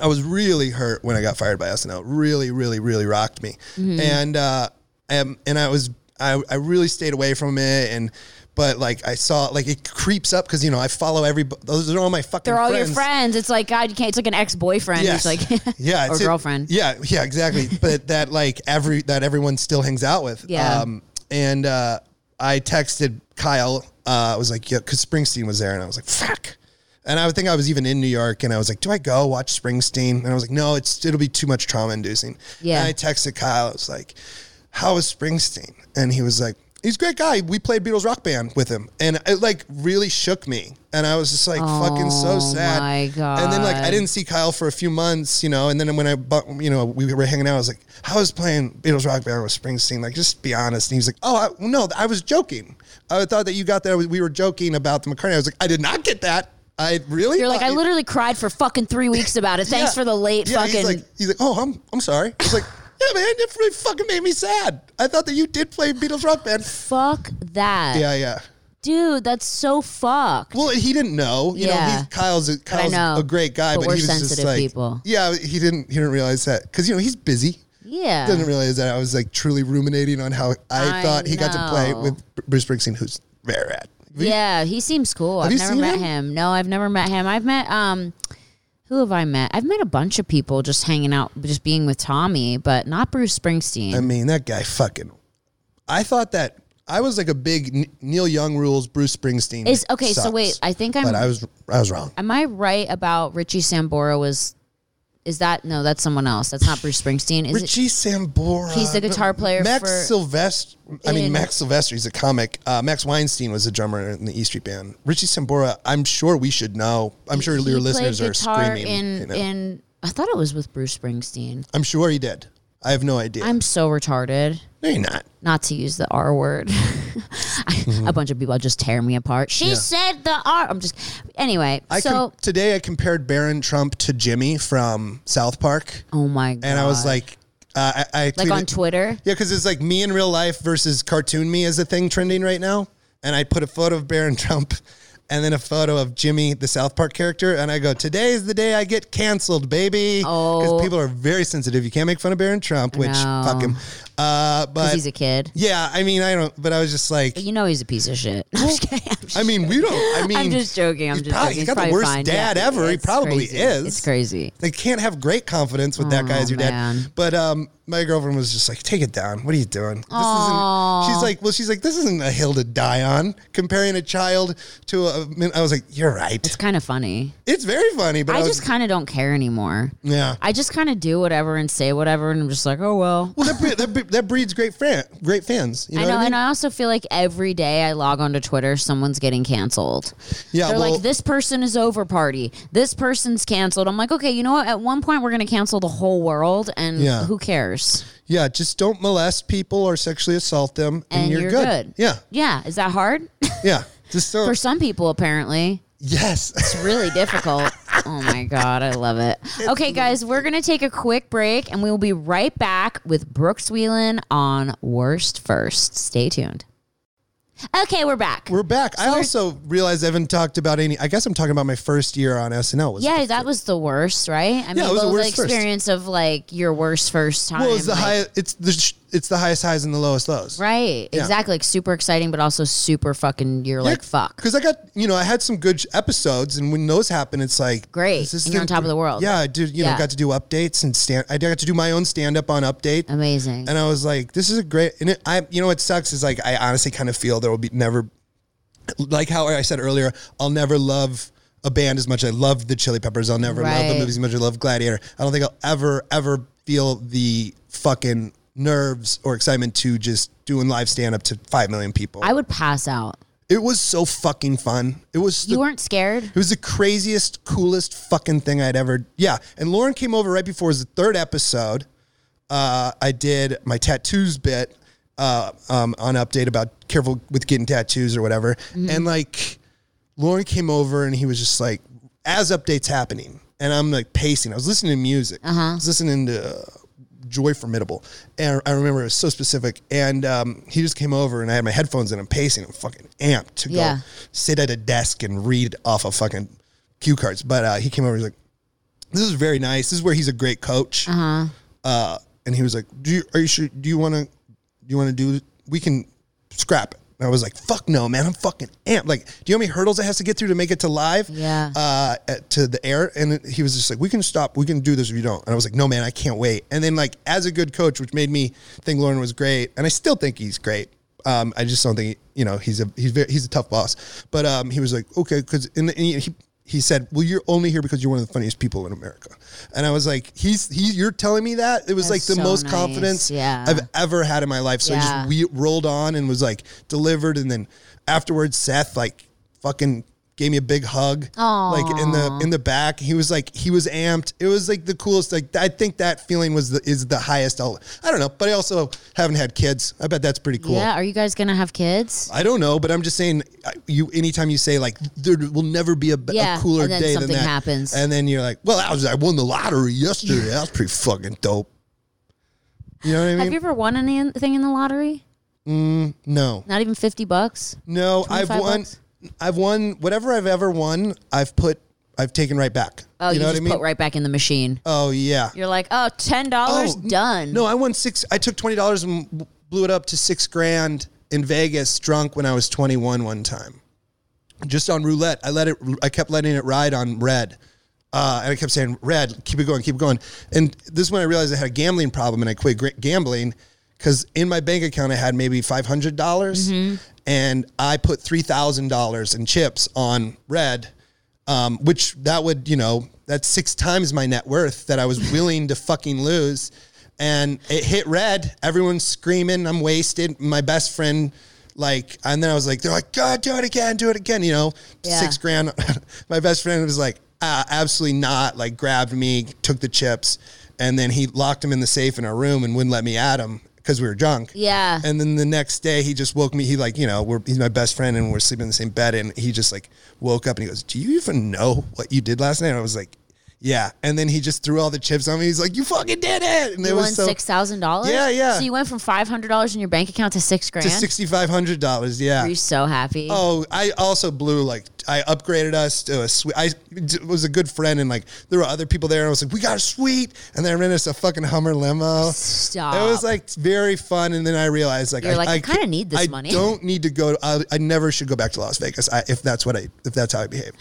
S1: I was really hurt when I got fired by SNL. Really, really, really rocked me,
S2: Mm-hmm.
S1: and uh, and and I was I I really stayed away from it and. But like I saw, like it creeps up because you know I follow every. Those are all my fucking.
S2: They're all
S1: friends.
S2: your friends. It's like God, you can't. It's like an ex boyfriend.
S1: Yes.
S2: It's like
S1: yeah,
S2: or
S1: it's- it-
S2: girlfriend.
S1: Yeah, yeah, exactly. but that like every that everyone still hangs out with. Um,
S2: Yeah.
S1: and uh, I texted Kyle. Uh, I was like, yeah, because Springsteen was there, and I was like, fuck. And I would think I was even in New York, and I was like, do I go watch Springsteen? And I was like, no, it's it'll be too much trauma inducing.
S2: Yeah.
S1: And I texted Kyle. I was like, how was Springsteen? And he was like. He's a great guy. We played Beatles rock band with him, and it like really shook me. And I was just like, "Fucking so
S2: Oh,
S1: sad."
S2: my
S1: And then like I
S2: God.
S1: didn't didn't see Kyle for a few months, you know, and then when I, bu- you know, we were hanging out, I was like, "How is playing Beatles rock band with Springsteen?" Like, just be honest. And he's like, "Oh, I, no, I was joking. I thought that you got that. We were joking about the McCartney." I was like, "I did not get that. I really."
S2: You're like,
S1: thought
S2: I
S1: you-"
S2: literally cried for fucking three weeks about it. Thanks
S1: Uh, Yeah.
S2: for the late
S1: Yeah,
S2: fucking.
S1: He's like, he's like, "Oh, I'm, I'm sorry." I was like, "Yeah, man, it really fucking made me sad. I thought that you did play Beatles rock band."
S2: fuck that.
S1: Yeah, yeah.
S2: Dude, that's so fucked.
S1: Well, he didn't know. You know,
S2: Yeah.
S1: he, Kyle's a, Kyle's
S2: know.
S1: a great guy, but,
S2: But we're
S1: he was just
S2: sensitive
S1: like,
S2: people.
S1: yeah, he didn't he didn't realize that because you know he's busy.
S2: yeah.
S1: didn't realize that I was like truly ruminating on how I,
S2: I
S1: thought he got to play
S2: know.
S1: with Br- Bruce Springsteen, who's very rad.
S2: yeah, he seems cool. I've
S1: you
S2: never
S1: seen
S2: met
S1: him?
S2: him? No, I've never met him. I've met um who have I met? I've met a bunch of people just hanging out, just being with Tommy, but not Bruce Springsteen.
S1: I mean, that guy fucking. I thought that I was like a big N- Neil Young rules. Bruce Springsteen
S2: Is okay, so
S1: sucks.
S2: wait, I think
S1: but
S2: I'm
S1: I was I was wrong.
S2: am I right about Richie Sambora was is that no, that's someone else. That's not Bruce Springsteen. Is it
S1: Richie Sambora.
S2: He's the guitar player
S1: Max
S2: for-
S1: Sylvester. I mean,
S2: in-
S1: Max Sylvester. He's a comic. Uh, Max Weinstein was a drummer in the E Street Band. Richie Sambora. I'm sure we should know. I'm sure
S2: he
S1: your
S2: played
S1: listeners are
S2: guitar
S1: screaming.
S2: in
S1: you know.
S2: in I thought it was with Bruce Springsteen.
S1: I'm sure he did. I have no idea.
S2: I'm so retarded.
S1: no, you're not.
S2: Not to use the R word. I-
S1: Mm-hmm.
S2: A bunch of people just tear me apart. She said the R. I'm just. Anyway,
S1: I
S2: so.
S1: com- today I compared Baron Trump to Jimmy from South Park,
S2: oh my God.
S1: and I was like, uh, I, I
S2: Like
S1: tweeted-
S2: on Twitter?
S1: yeah, because it's like me in real life versus cartoon me is a thing trending right now, and I put a photo of Baron Trump, and then a photo of Jimmy, the South Park character, and I go, "Today's the day I get canceled, baby," because
S2: Oh.
S1: people are very sensitive. You can't make fun of Baron Trump, which
S2: know.
S1: fuck him. Uh, but
S2: He's a kid.
S1: yeah, I mean, I don't, but I was just like,
S2: You know he's a piece of shit. I'm just kidding. I'm just-
S1: I mean, we don't. I mean,
S2: I'm just joking. I'm
S1: he's
S2: just
S1: probably-
S2: joking.
S1: He's got the
S2: probably
S1: worst
S2: fine.
S1: dad
S2: Yeah,
S1: ever. He
S2: it's
S1: probably
S2: crazy.
S1: is.
S2: It's crazy.
S1: They can't have great confidence with that guy as your dad.
S2: man.
S1: But um, my girlfriend was just like, "Take it down. What are you doing?" This isn't. She's like, "Well, she's like, this isn't a hill to die on." Comparing a child to a, I was like, "You're right.
S2: It's kind of funny.
S1: It's very funny." But I,
S2: I
S1: was,
S2: just kind of don't care anymore.
S1: yeah.
S2: I just kind of do whatever and say whatever, and I'm just like, oh well.
S1: well, that, bre- that, bre- that breeds great fan, great fans. You know,
S2: I know,
S1: what I mean?
S2: and I also feel like every day I log onto Twitter, someone's getting canceled.
S1: Yeah,
S2: They're
S1: well-
S2: like, this person is over party. This person's canceled. I'm like, okay, you know what? At one point, we're going to cancel the whole world, and
S1: Yeah.
S2: who cares?
S1: Yeah, just don't molest people or sexually assault them, and,
S2: And
S1: you're,
S2: you're good.
S1: Yeah,
S2: Yeah. Is that hard?
S1: yeah. Just so
S2: For some people, apparently.
S1: yes,
S2: It's really difficult. Oh my God, I love it. Okay, guys, we're going to take a quick break and we will be right back with Brooks Wheelan on Worst First. Stay tuned. Okay, we're back.
S1: we're back. I also realized I haven't talked about any. I guess I'm talking about my first year on SNL. Was
S2: yeah, that was the worst, right? I mean,
S1: it was the
S2: the,
S1: worst first.
S2: experience of like your worst first time.
S1: well, it's the
S2: like-
S1: high. It's the sh- it's the highest highs and the lowest lows.
S2: Right, exactly. Like super exciting, but also super fucking, you're like, fuck.
S1: Because I got you know I had some good sh- episodes, and when those happen, it's like
S2: Great.
S1: this is
S2: And you're on
S1: gonna-
S2: top of the world.
S1: Yeah, I did. You know,
S2: Yeah.
S1: got to do updates and stand. I got to do my own stand up on update.
S2: Amazing.
S1: and I was like, "This is a great." And it, I, you know, what sucks is like I honestly kind of feel there will be never, like how I said earlier, I'll never love a band as much. as I love the Chili Peppers. I'll never love
S2: Right.
S1: the movies as much. as I love Gladiator. I don't think I'll ever ever feel the fucking nerves or excitement to just doing live stand up to five million people.
S2: I would pass out.
S1: it was so fucking fun. It was the
S2: You weren't scared?
S1: it was the craziest, coolest fucking thing I'd ever. Yeah, and Lauren came over right before it was the third episode. Uh, I did my tattoos bit uh, um, on update about careful with getting tattoos or whatever, and like Lauren came over and he was just like, as updates happening, and I'm like pacing. I was listening to music. I was listening to. Uh, Joy Formidable. And I remember it was so specific. And um, he just came over and I had my headphones in. I'm pacing. I'm fucking amped to
S2: Yeah.
S1: go sit at a desk and read off of fucking cue cards. But uh, he came over. He's like, "This is very nice. This is where he's a great coach." Uh-huh. and he was like, "Do you are you sure? Do you want to? Do you want to do? We can scrap it." And I was like, "Fuck no, man! I'm fucking amped. Like, do you know how many hurdles I has to get through to make it to live?
S2: Yeah.
S1: uh, at- to the air." And it- he was just like, "We can stop. We can do this if you don't." And I was like, "No, man, I can't wait." And then like as a good coach, which made me think Lauren was great, and I still think he's great. Um, I just don't think you know he's a he's very, he's a tough boss. But um, he was like, okay, because and and he he said, well, you're only here because you're one of the funniest people in America. And I was like, he's he you're telling me that it was
S2: That's
S1: like the
S2: so
S1: most
S2: nice.
S1: confidence
S2: Yeah.
S1: I've ever had in my life. So
S2: Yeah.
S1: I just we rolled on and was like delivered, and then afterwards, Seth like fucking gave me a big hug like in the in the back he was like he was amped it was like the coolest like i think that feeling was the is the highest I'll, i don't know but i also haven't had kids i bet that's pretty cool
S2: Yeah, are you guys going to have kids?
S1: I don't know, but I'm just saying. I- You anytime you say like there will never be a, b- a
S2: Yeah,
S1: cooler
S2: and then
S1: day
S2: something
S1: than that
S2: happens.
S1: and then you're like, well, I was I won the lottery yesterday. That's pretty fucking dope. You know what I
S2: Have
S1: mean?
S2: you ever won anything in the lottery?
S1: no,
S2: Not even 50 bucks?
S1: no. I've
S2: 25
S1: won.
S2: bucks?
S1: I've won whatever I've ever won. I've put. I've taken right back.
S2: Oh, you,
S1: know
S2: just
S1: what I mean?
S2: put right back in the machine.
S1: oh yeah.
S2: You're like, oh, ten dollars
S1: Oh, n-
S2: done.
S1: No, I won six. I took twenty dollars and w- blew it up to six grand in Vegas, drunk when I was twenty one one time, just on roulette. I let it. I kept letting it ride on red, uh, and I kept saying red, keep it going, keep it going. And this is when I realized I had a gambling problem, and I quit gr- gambling because in my bank account I had maybe five hundred dollars, and I put three thousand dollars in chips on red um, which that would you know that's six times my net worth that I was willing to fucking lose, and it hit red. Everyone's screaming. I'm wasted. My best friend. Like and then I was like, they're like, God, do it again, do it again, you know,
S2: Yeah.
S1: six grand. My best friend was like, uh, absolutely not. Like grabbed me, took the chips, and then he locked him in the safe in our room and wouldn't let me at him because we were drunk.
S2: Yeah.
S1: And then the next day, he just woke me. He like, you know, we're, he's my best friend, and we're sleeping in the same bed. And he just like woke up and he goes, "Do you even know what you did last night?" And I was like, "Yeah." And then he just threw all the chips on me. He's like, "You fucking did it!" And it
S2: you won
S1: was so
S2: six thousand dollars.
S1: Yeah, yeah.
S2: So you went from five hundred dollars in your bank account to six grand.
S1: to sixty five hundred dollars.
S2: Are
S1: Yeah.
S2: you so happy?
S1: Oh, I also blew like I upgraded us to a suite. I d- was a good friend, and like there were other people there. And I was like, "We got a suite," and then I rented us a fucking Hummer limo.
S2: Stop.
S1: It was like very fun, and then I realized like
S2: You're
S1: I,
S2: like, I kinda
S1: ca-
S2: need this
S1: I
S2: money.
S1: don't need to go. I, I never should go back to Las Vegas I, if that's what I if that's how I behave.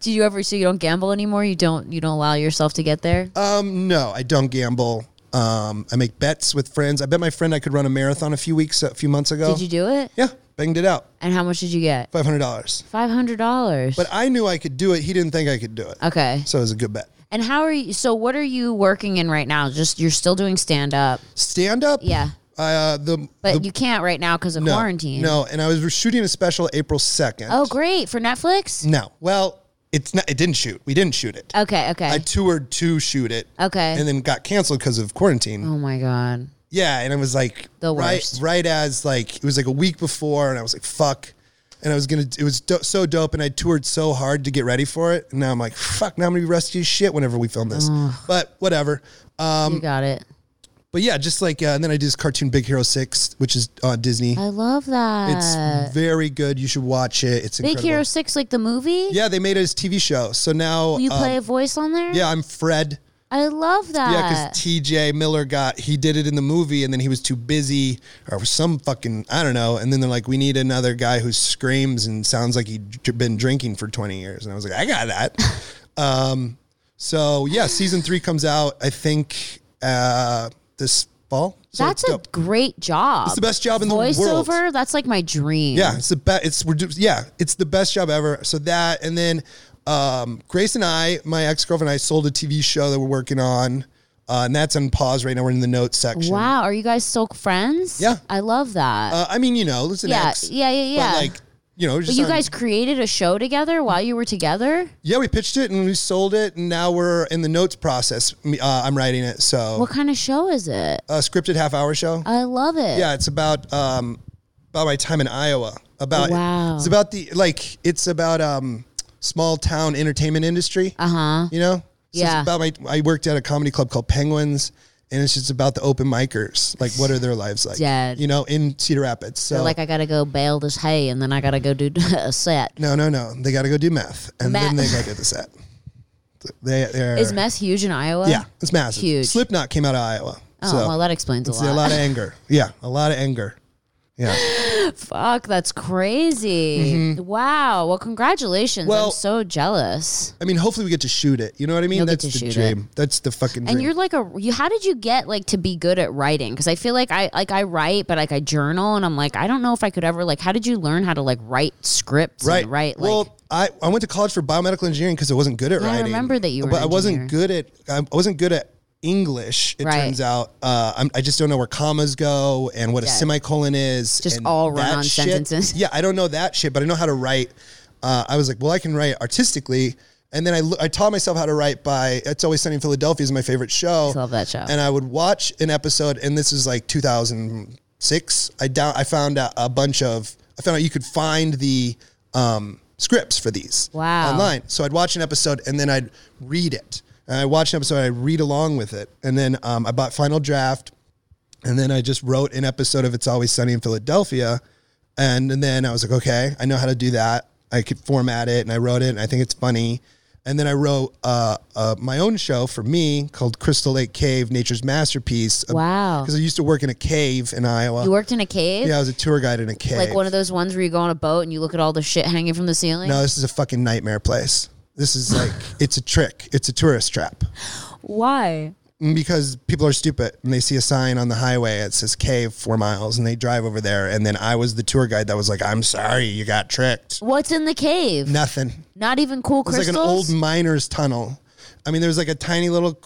S2: Do you ever so you don't gamble anymore? You don't you don't allow yourself to get there?
S1: Um, no, I don't gamble. Um, I make bets with friends. I bet my friend I could run a marathon a few weeks a few months ago.
S2: did you do it?
S1: yeah, banged it out,
S2: And how much did you get?
S1: five hundred dollars.
S2: Five hundred dollars.
S1: But I knew I could do it. He didn't think I could do it,
S2: Okay.
S1: so it was a good bet.
S2: And how are you so what are you working in right now? Just you're still doing stand up.
S1: Stand up.
S2: Yeah.
S1: Uh, the
S2: But you can't right now because of
S1: no,
S2: quarantine.
S1: No, and I was shooting a special April second.
S2: Oh great. For Netflix?
S1: no. Well, it's not. It didn't shoot. We didn't shoot it.
S2: Okay, okay.
S1: I toured to shoot it.
S2: Okay.
S1: And then got canceled because of quarantine.
S2: oh my god.
S1: Yeah, and it was like
S2: The
S1: right,
S2: worst.
S1: right as like it was like a week before, and I was like, "Fuck!" And I was gonna. It was do- so dope, and I toured so hard to get ready for it. And now I'm like, "Fuck!" Now I'm gonna be rusty as shit whenever we film this. But whatever. Um,
S2: you got it.
S1: but yeah, just like, uh, and then I did this cartoon Big Hero Six, which is on Disney.
S2: I love that.
S1: it's very good. You should watch it. It's
S2: Big
S1: incredible.
S2: Hero Six, like the movie.
S1: Yeah, they made it as TV show. So now,
S2: You
S1: um,
S2: play a voice on there.
S1: yeah, I'm Fred.
S2: I love
S1: Yeah,
S2: that.
S1: because TJ Miller got he did it in the movie, and then he was too busy or some fucking I don't know. And then they're like, we need another guy who screams and sounds like he'd dr- been drinking for twenty years. And I was like, I got that. um, so yeah, season three comes out. I think uh, this fall. So
S2: that's
S1: it's
S2: a
S1: dope.
S2: great job. It's
S1: the best job in the world.
S2: Voiceover. That's like my dream.
S1: Yeah, it's the best. It's we're do- yeah, it's the best job ever. So that and then um, Grace and I, my ex girlfriend and I, sold a TV show that we're working on, uh, and that's on pause right now. We're in the notes section.
S2: Wow. Are you guys still friends?
S1: Yeah.
S2: I love that.
S1: Uh, I mean, you know, it's an
S2: yeah,
S1: ex.
S2: yeah. Yeah. Yeah.
S1: But like, you know, just
S2: you
S1: on-
S2: guys created a show together while you were together.
S1: Yeah, we pitched it and we sold it, and now we're in the notes process. Me- Uh, I'm writing it, so
S2: What kind of show is it?
S1: a scripted half hour show.
S2: I love it.
S1: yeah, it's about um, about my time in Iowa. About
S2: Wow.
S1: it's about the like it's about um small town entertainment industry. Uh huh. You know. So
S2: Uh-huh. Yeah.
S1: It's about my I worked at a comedy club called Penguins, and it's just about the open micers. Like, what are their lives like?
S2: Dead.
S1: You know, in Cedar Rapids. So
S2: Like I gotta go bale this hay, and then I gotta go do a set.
S1: no, no, no. They got to go do math, and then
S2: Meth.
S1: they got to do the set. They they're
S2: Is meth huge in Iowa?
S1: yeah, it's massive.
S2: huge?
S1: Slipknot came out of Iowa.
S2: Oh,
S1: so
S2: well, that explains a
S1: it's a
S2: lot.
S1: lot of anger. Yeah, a lot of anger. Yeah.
S2: Fuck, that's crazy. Wow. Well, congratulations.
S1: Mm-hmm. Well-
S2: I'm so jealous.
S1: I mean, hopefully we get to shoot it. You know what I mean?
S2: You'll get
S1: That's
S2: to
S1: the
S2: shoot
S1: dream. That's the fucking dream.
S2: And you're like a you how did you get like to be good at writing? Cuz I feel like I like I write but like I journal and I'm like I don't know if I could ever like how did you learn how to like write scripts
S1: right,
S2: and write like
S1: well, I, I went to college for biomedical engineering because I wasn't good at
S2: I
S1: writing.
S2: remember that you were
S1: But
S2: an
S1: I wasn't good at I wasn't good at English. It
S2: Right.
S1: turns out uh, I'm, I just don't know where commas go and what a semicolon is.
S2: Just
S1: and
S2: all run
S1: that
S2: on
S1: shit.
S2: sentences.
S1: Yeah, I don't know that shit, but I know how to write. Uh, I was like, well, I can write artistically. And then I, lo- I taught myself how to write by It's Always Sunny in Philadelphia is my favorite show.
S2: Love that show.
S1: And I would watch an episode, and this is like 2006. I down, I found out a bunch of, I found out you could find the um, scripts for these
S2: Wow.
S1: online. So I'd watch an episode, and then I'd read it. And I watched an episode, and I'd read along with it, and then um, I bought Final Draft, and then I just wrote an episode of It's Always Sunny in Philadelphia, and, and then I was like, okay, I know how to do that. I could format it, and I wrote it, and I think it's funny. And then I wrote uh, uh, my own show for me called Crystal Lake Cave, Nature's Masterpiece.
S2: Wow.
S1: Because I used to work in a cave in Iowa.
S2: You worked in a cave?
S1: yeah, I was a tour guide in a cave.
S2: Like one of those ones where you go on a boat and you look at all the shit hanging from the ceiling?
S1: no, this is a fucking nightmare place. This is like, it's a trick. It's a tourist trap.
S2: Why?
S1: because people are stupid and they see a sign on the highway that says cave four miles and they drive over there and then i was the tour guide that was like i'm sorry you got tricked
S2: What's in the cave?
S1: nothing
S2: Not even cool
S1: it's like
S2: crystals.
S1: an old miner's tunnel i mean there's like a tiny little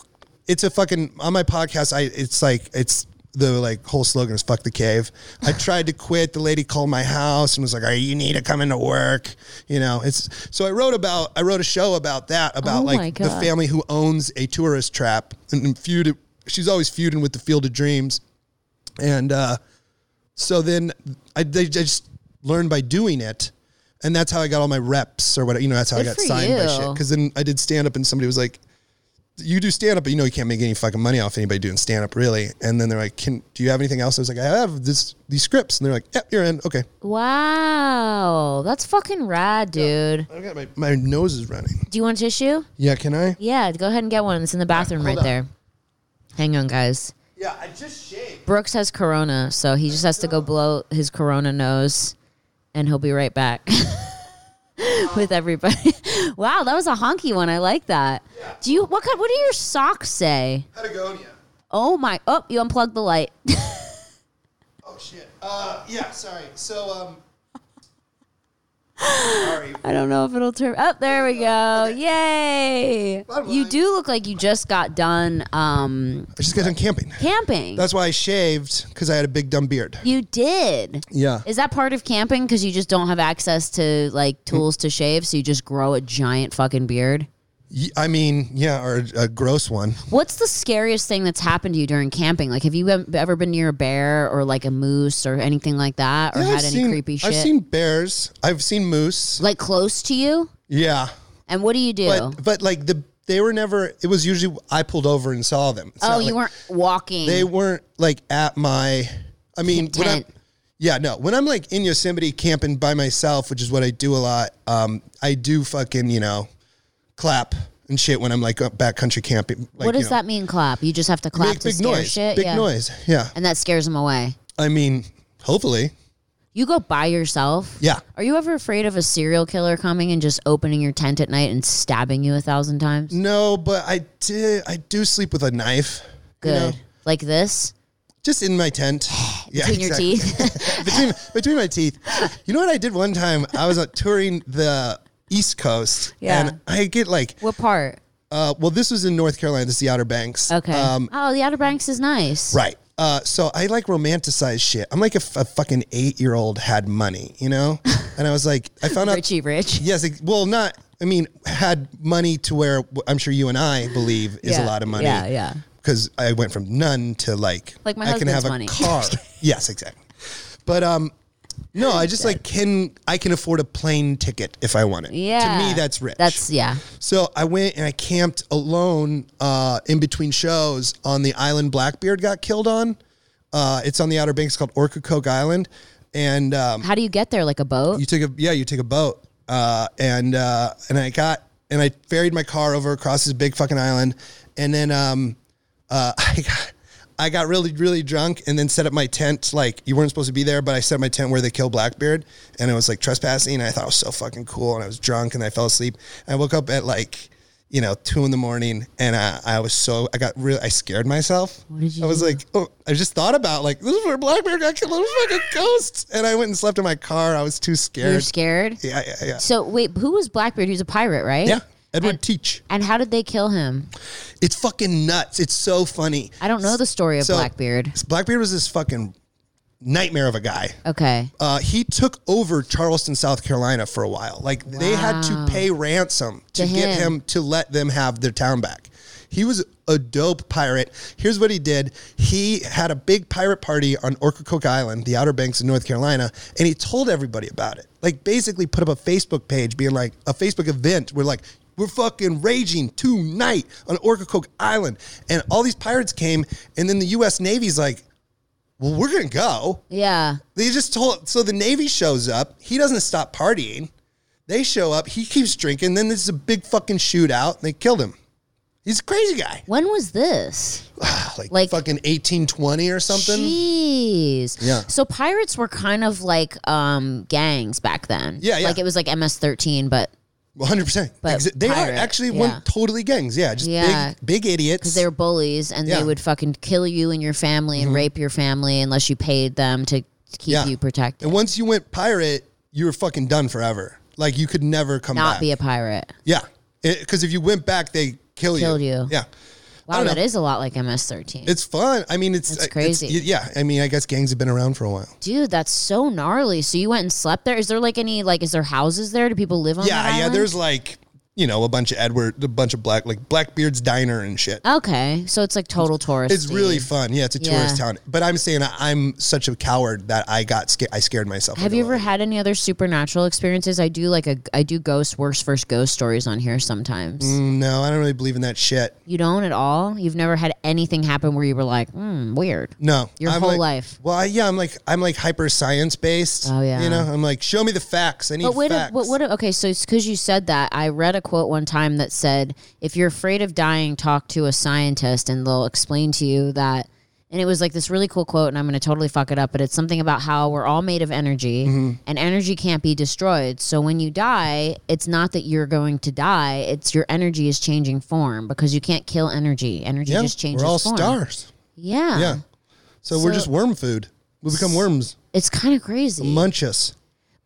S1: it's a fucking on my podcast i it's like it's the like whole slogan is fuck the cave i tried to quit the lady called my house and was like all right you need to come into work you know it's so i wrote about i wrote a show about that about
S2: Oh my
S1: like the
S2: God.
S1: family who owns a tourist trap and feuded she's always feuding with the field of dreams and uh so then I, they I just learned by doing it. And that's how I got all my reps or whatever. You know, that's how
S2: Good
S1: I got
S2: for
S1: signed by
S2: you.
S1: shit. Because then I did stand up and somebody was like, you do stand up, but you know you can't make any fucking money off anybody doing stand up, really. And then they're like, "Can do you have anything else?" I was like, "I have this these scripts," and they're like, "Yep, you're in." Okay,
S2: wow. That's fucking rad, dude.
S1: I got my my nose is running.
S2: Do you want a tissue?
S1: Yeah, can I?
S2: Yeah, go ahead and get one. It's in the bathroom right
S1: up.
S2: there. Hang on, guys.
S1: Yeah, I just shaved.
S2: Brooks has corona, so he just has to go blow his corona nose and he'll be right back with everybody. wow, that was a honky one. I like that. Do you what kind what do your socks say?
S1: Patagonia.
S2: Oh my oh, you unplugged the light.
S1: Oh shit. Uh, yeah. Sorry. So um. sorry.
S2: I don't know if it'll turn up. there we go. Yay.
S1: Bye-bye.
S2: You do look like you just got done um
S1: I just got done camping.
S2: camping.
S1: That's why I shaved because I had a big dumb beard.
S2: you did.
S1: Yeah.
S2: Is that part of camping?
S1: Mm.
S2: Because you just don't have access to like tools to shave, so you just grow a giant fucking beard.
S1: Y- I mean, yeah, or a, a gross one.
S2: What's the scariest thing that's happened to you during camping? Like, have you em- ever been near a bear or like a moose or anything like that, or
S1: Yeah,
S2: had
S1: I've
S2: any
S1: seen-
S2: creepy shit?
S1: I've seen bears. I've seen moose.
S2: like close to you,
S1: Yeah,
S2: and what do you do?
S1: but but like the they were never. It was usually I pulled over and saw them. It's
S2: oh,
S1: not
S2: you
S1: like-
S2: weren't walking.
S1: They weren't like at my. I mean, when I'm,
S2: Tent.
S1: yeah, no. When I'm like in Yosemite camping by myself, which is what I do a lot. Um, I do fucking you know, clap and shit when I'm like up backcountry camping. Like,
S2: what
S1: you
S2: does
S1: know,
S2: that mean? Clap? You just have to clap
S1: Make
S2: to
S1: big
S2: scare
S1: noise.
S2: shit.
S1: Big
S2: yeah.
S1: noise. Yeah.
S2: and that scares them away.
S1: I mean, hopefully.
S2: You go by yourself.
S1: Yeah.
S2: Are you ever afraid of a serial killer coming and just opening your tent at night and stabbing you a thousand times?
S1: No, but I did. I do sleep with a knife. you
S2: Good.
S1: know,
S2: Like this
S1: just in my tent. Yeah,
S2: between your
S1: exactly.
S2: teeth.
S1: between between my teeth. You know what I did one time? I was uh, touring the East Coast,
S2: Yeah.
S1: and I get like
S2: what part?
S1: Uh, well, this was in North Carolina. This is the Outer Banks.
S2: Okay.
S1: Um,
S2: oh, the Outer Banks is nice.
S1: right. Uh, so I like romanticize shit. I'm like if a fucking eight year old had money, you know? And I was like, I found out.
S2: Richie Rich.
S1: Yes. like, Well, not, I mean, had money to where w- I'm sure you and I believe is
S2: Yeah,
S1: a lot of money.
S2: yeah, yeah.
S1: Because I went from none to like,
S2: Like my
S1: I can
S2: husband's
S1: have a
S2: money.
S1: car. yes, exactly. But, um, no, I just like can I can afford a plane ticket if I want it.
S2: Yeah.
S1: To me that's rich.
S2: That's yeah.
S1: So I went and I camped alone uh, in between shows on the island Blackbeard got killed on. Uh, it's on the Outer Banks called Orcacoke Island, and um,
S2: How do you get there? Like a boat?
S1: you took a yeah you take a boat uh, and uh, and I got and I ferried my car over across this big fucking island, and then um, uh, I got. I got really, really drunk and then set up my tent. Like, you weren't supposed to be there, but I set up my tent where they kill Blackbeard. And it was like trespassing. And I thought it was so fucking cool. And I was drunk and I fell asleep. And I woke up at like, you know, two in the morning. And I, I was so, I got real, I scared myself. What
S2: did you
S1: I was
S2: do?
S1: like, oh, I just thought about like, this is where Blackbeard got killed. This is fucking ghosts. And I went and slept in my car. I was too
S2: You're
S1: scared.
S2: scared.
S1: Yeah, yeah, yeah.
S2: So wait, who was Blackbeard? He was a pirate, right?
S1: Yeah. Edward Teach.
S2: And how did they kill him?
S1: It's fucking nuts. It's so funny.
S2: I don't know the story of
S1: So-
S2: Blackbeard.
S1: Blackbeard was this fucking nightmare of a guy.
S2: Okay.
S1: uh, he took over Charleston, South Carolina for a while. Like they had to pay ransom to,
S2: To
S1: get
S2: him.
S1: him to let them have their town back. He was a dope pirate. Here's what he did. He had a big pirate party on Ocracoke Island, the Outer Banks in North Carolina, and he told everybody about it. Like basically put up a Facebook page being like a Facebook event where like we're fucking raging tonight on Ocracoke Island. And all these pirates came and then the US Navy's like, "Well, we're going to go."
S2: Yeah.
S1: They just told so the Navy shows up. He doesn't stop partying. They show up. He keeps drinking. Then this is a big fucking shootout. And they killed him. He's a crazy guy.
S2: When was this?
S1: Like,
S2: Like-
S1: fucking eighteen twenty or something.
S2: Jeez.
S1: Yeah.
S2: So pirates were kind of like um, gangs back then.
S1: Yeah, yeah.
S2: Like it was like MS-13, but
S1: One hundred percent.
S2: But
S1: They are
S2: pirate,
S1: actually
S2: yeah.
S1: one totally gangs. Yeah, just
S2: Yeah.
S1: big big idiots.
S2: they were bullies, and
S1: Yeah. Mm-hmm.
S2: they would fucking kill you and your family and rape your family unless you paid them to keep
S1: Yeah.
S2: you protected.
S1: and once you went pirate, you were fucking done forever. Like you could never come
S2: Not
S1: back.
S2: be a pirate.
S1: yeah, because if you went back, they kill
S2: Killed
S1: you.
S2: you.
S1: Yeah. I
S2: Wow,
S1: don't
S2: that
S1: know.
S2: is a lot like MS-13.
S1: It's fun. I mean, it's
S2: That's
S1: uh, it's-
S2: crazy.
S1: yeah, I mean, I guess gangs have been around for a while.
S2: Dude, that's so gnarly. So you went and slept there. Is there like any like is there houses there? Do people live on?
S1: Yeah,
S2: that
S1: yeah.
S2: island?
S1: There's like you know a bunch of Edward, a bunch of black like Blackbeard's diner and shit.
S2: Oh, Okay, so it's like total tourist.
S1: It's really fun. Yeah, it's a tourist
S2: Yeah.
S1: town. But I'm saying I- I'm such a coward that I got scared. I scared myself.
S2: Have
S1: into
S2: you
S1: it.
S2: ever had any other supernatural experiences? I do like a I do ghost worst first ghost stories on here sometimes.
S1: Mm, No, I don't really believe in that shit.
S2: You don't at all. You've never had anything happen where you were like, hmm, weird.
S1: No,
S2: Your
S1: I'm
S2: whole
S1: like-
S2: life.
S1: Well, I, yeah, I'm like I'm like hyper science based.
S2: Oh, yeah.
S1: You know, I'm like show me the facts. I need
S2: But what if,
S1: facts.
S2: what, what if, okay, so it's because you said that. I read a quote one time that said, if you're afraid of dying, talk to a scientist and they'll explain to you that. And it was like this really cool quote, and I'm going to totally fuck it up, but it's something about how we're all made of energy
S1: Mm-hmm.
S2: and energy can't be destroyed. So when you die, it's not that you're going to die, it's your energy is changing form because you can't kill energy. Energy
S1: yeah,
S2: just changes
S1: we're all
S2: form.
S1: stars.
S2: Yeah.
S1: Yeah. So, we're
S2: So-
S1: just worm food. We become worms.
S2: It's kind of crazy.
S1: Munch us.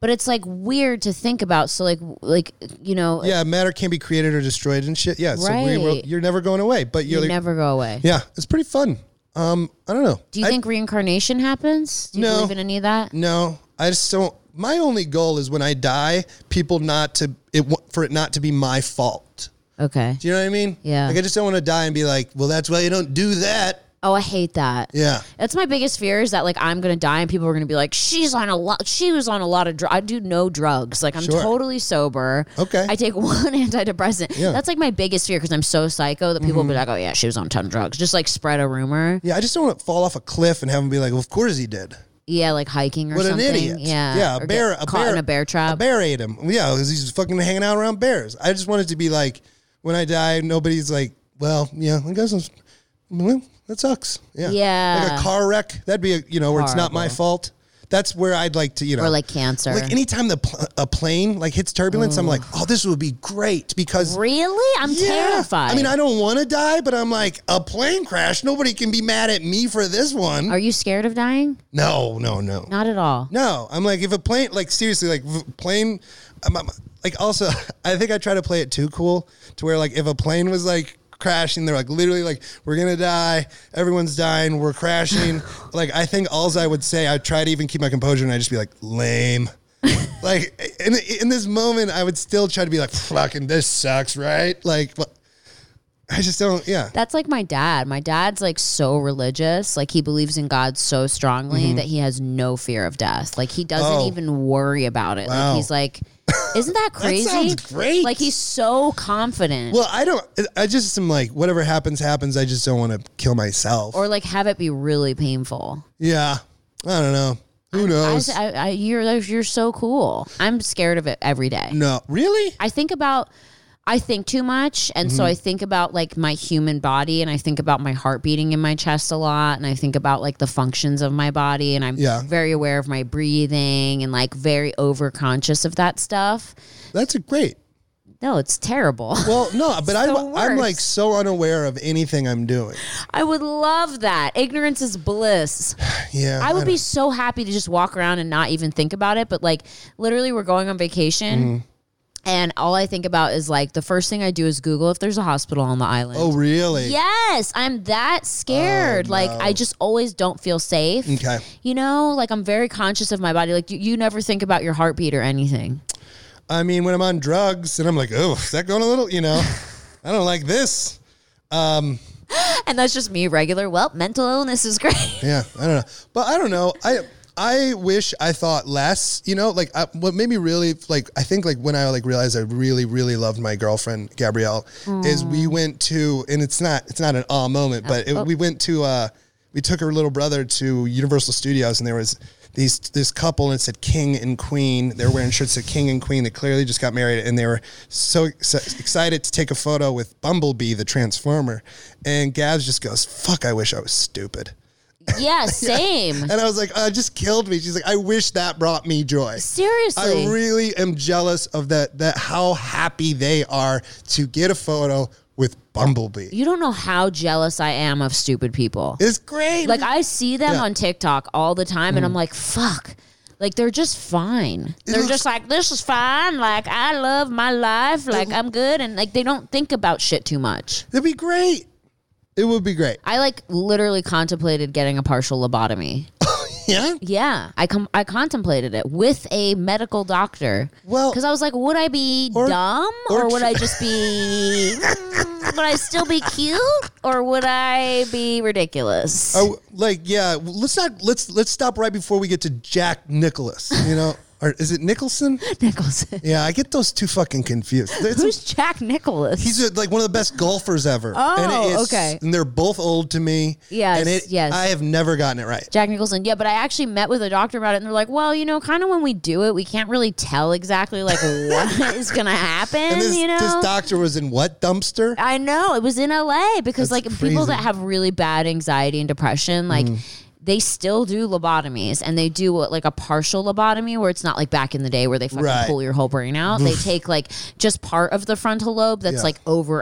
S2: but it's like weird to think about. So, like, like you know,
S1: Yeah, matter can be created or destroyed and shit. Yeah, so we,
S2: Right.
S1: you're never going away. But
S2: you
S1: you're like,
S2: never go away.
S1: Yeah, it's pretty fun. Um, I don't know.
S2: Do you
S1: I-
S2: think reincarnation happens? Do you
S1: No.
S2: believe in any of that?
S1: No, I just don't. My only goal is when I die, people not to it wa- for it not to be my fault.
S2: Okay.
S1: Do you know what I mean?
S2: Yeah.
S1: Like I just don't want to die and be like, well, that's why you don't do that.
S2: Oh, I hate that.
S1: Yeah.
S2: That's my biggest fear is that like I'm gonna die and people are gonna be like, she's on a lot. She was on a lot of drugs. I do no drugs. Like I'm
S1: Sure.
S2: totally sober.
S1: Okay.
S2: I take one antidepressant.
S1: Yeah. Mm-hmm.
S2: That's like my biggest fear because I'm so psycho that people will be like, oh yeah, she was on a ton of drugs. Just like spread a rumor.
S1: Yeah. I just don't want to fall off a cliff and have them be like, well, of course he did.
S2: Yeah, like hiking or
S1: What
S2: something.
S1: an idiot.
S2: Yeah.
S1: Yeah.
S2: Or
S1: A bear.
S2: get
S1: A
S2: caught
S1: bear,
S2: in a bear trap.
S1: A bear ate him. Yeah. Because he's fucking hanging out around bears. I just want it to be like, when I die, nobody's like, well, yeah, I guess it's- well, that sucks. Yeah.
S2: Yeah.
S1: Like a car wreck. That'd be, a, you know, where it's not my fault. That's where I'd like to, you know.
S2: or like cancer.
S1: Like anytime the pl- a plane like hits turbulence, I'm like, oh, this would be great because
S2: really? I'm
S1: Yeah.
S2: terrified.
S1: I mean, I don't want to die, but I'm like a plane crash. Nobody can be mad at me for this one.
S2: are you scared of dying?
S1: no, no, no,
S2: Not at all.
S1: no. I'm like, if a plane, like seriously, like v- plane, I'm, I'm- like also, I think I try to play it too cool to where like if a plane was like crashing, they're like literally like we're gonna die, everyone's dying, we're crashing. like I think alls I would say, I try to even keep my composure and I just be like lame. like in in this moment, I would still try to be like fucking this sucks, right? Like. wha- I just don't, yeah.
S2: That's like my dad. My dad's like so religious. Like he believes in God so strongly that he has no fear of death. Like he doesn't
S1: Mm-hmm. Oh.
S2: even worry about it.
S1: Wow.
S2: Like he's like, isn't that crazy?
S1: sounds great.
S2: Like he's so confident.
S1: Well, I don't. I just am like, whatever happens, happens. I just don't want to kill myself.
S2: or like have it be really painful.
S1: Yeah, I don't know. Who
S2: I,
S1: knows?
S2: I, I, you're you're so cool. I'm scared of it every day.
S1: no, really?
S2: I think about I think too much and
S1: Mm-hmm.
S2: so I think about like my human body and I think about my heart beating in my chest a lot and I think about like the functions of my body and I'm
S1: Yeah.
S2: very aware of my breathing and like very over conscious of that stuff.
S1: That's a great.
S2: No, it's terrible.
S1: Well, no, but I,
S2: the
S1: I'm
S2: worst.
S1: like so unaware of anything I'm doing.
S2: I would love that. Ignorance is bliss.
S1: Yeah,
S2: I would
S1: don't-
S2: be so happy to just walk around and not even think about it. But like, literally, we're going on vacation,
S1: Mm-hmm.
S2: and all I think about is like the first thing I do is Google if there's a hospital on the island.
S1: Oh, really?
S2: Yes, I'm that scared.
S1: Oh,
S2: Like I just always don't feel safe.
S1: Okay.
S2: You know, like I'm very conscious of my body. Like you, you never think about your heartbeat or anything.
S1: I mean, when I'm on drugs and I'm like, oh, is that going a little? You know, I don't like this.
S2: And that's just me regular. Well, mental illness is great.
S1: Yeah, I don't know, but I don't know. I I wish I thought less. You know, like I, what made me really like. I think like when I like realized I really really loved my girlfriend Gabrielle is we went to and it's not it's not an awe moment, but it, we went to uh we took her little brother to Universal Studios and there was. These, this couple and it said king and queen. They were wearing shirts that said king and queen. They clearly just got married and they were so ex- excited to take a photo with Bumblebee the Transformer. And Gabs just goes, "Fuck! I wish I was stupid."
S2: yeah, same.
S1: And I was like, oh, it just killed me. She's like, I wish that brought me joy.
S2: Seriously.
S1: I really am jealous of that that how happy they are to get a photo with Bumblebee.
S2: you don't know how jealous I am of stupid people.
S1: It's great.
S2: Like I see them
S1: Yeah. Mm.
S2: on TikTok all the time, and I'm like, fuck. Like they're just fine. They're
S1: looks-
S2: just like this is fine. Like I love my life. Like I'm good, and like they don't think about shit too much.
S1: It'd be great. It would be great.
S2: I like literally contemplated getting a partial lobotomy.
S1: Yeah.
S2: Yeah, I com- I contemplated it with a medical doctor.
S1: Well-
S2: because I was like, would I be
S1: Or-
S2: dumb or,
S1: or
S2: would
S1: tr-
S2: I just be? Mm, would I still be cute or would I be ridiculous?
S1: Oh, like yeah. Let's not let's let's stop right before we get to Jack Nicholas. You know, or is it Nicholson?
S2: Nicholson.
S1: Yeah, I get those two fucking confused. It's-
S2: Who's Jack Nicholas?
S1: He's uh, like one of the best golfers ever.
S2: Oh,
S1: and it's-
S2: okay.
S1: And they're both old to me.
S2: Yes,
S1: And it,
S2: yes.
S1: I have never gotten it right.
S2: Jack Nicholson. Yeah, but I actually met with a doctor about it, and they're like, "Well, you know, kind of when we do it, we can't really tell exactly like what is gonna happen."
S1: And this,
S2: you know,
S1: this doctor was in what dumpster?
S2: I know it was in LA because
S1: That's
S2: like
S1: crazy. Mm.
S2: people that have really bad anxiety and depression, like. They still do lobotomies and they do what, like a partial lobotomy where it's not like back in the day where they fucking
S1: Right.
S2: pull your whole brain out. they take like just part of the frontal lobe that's
S1: Yeah.
S2: like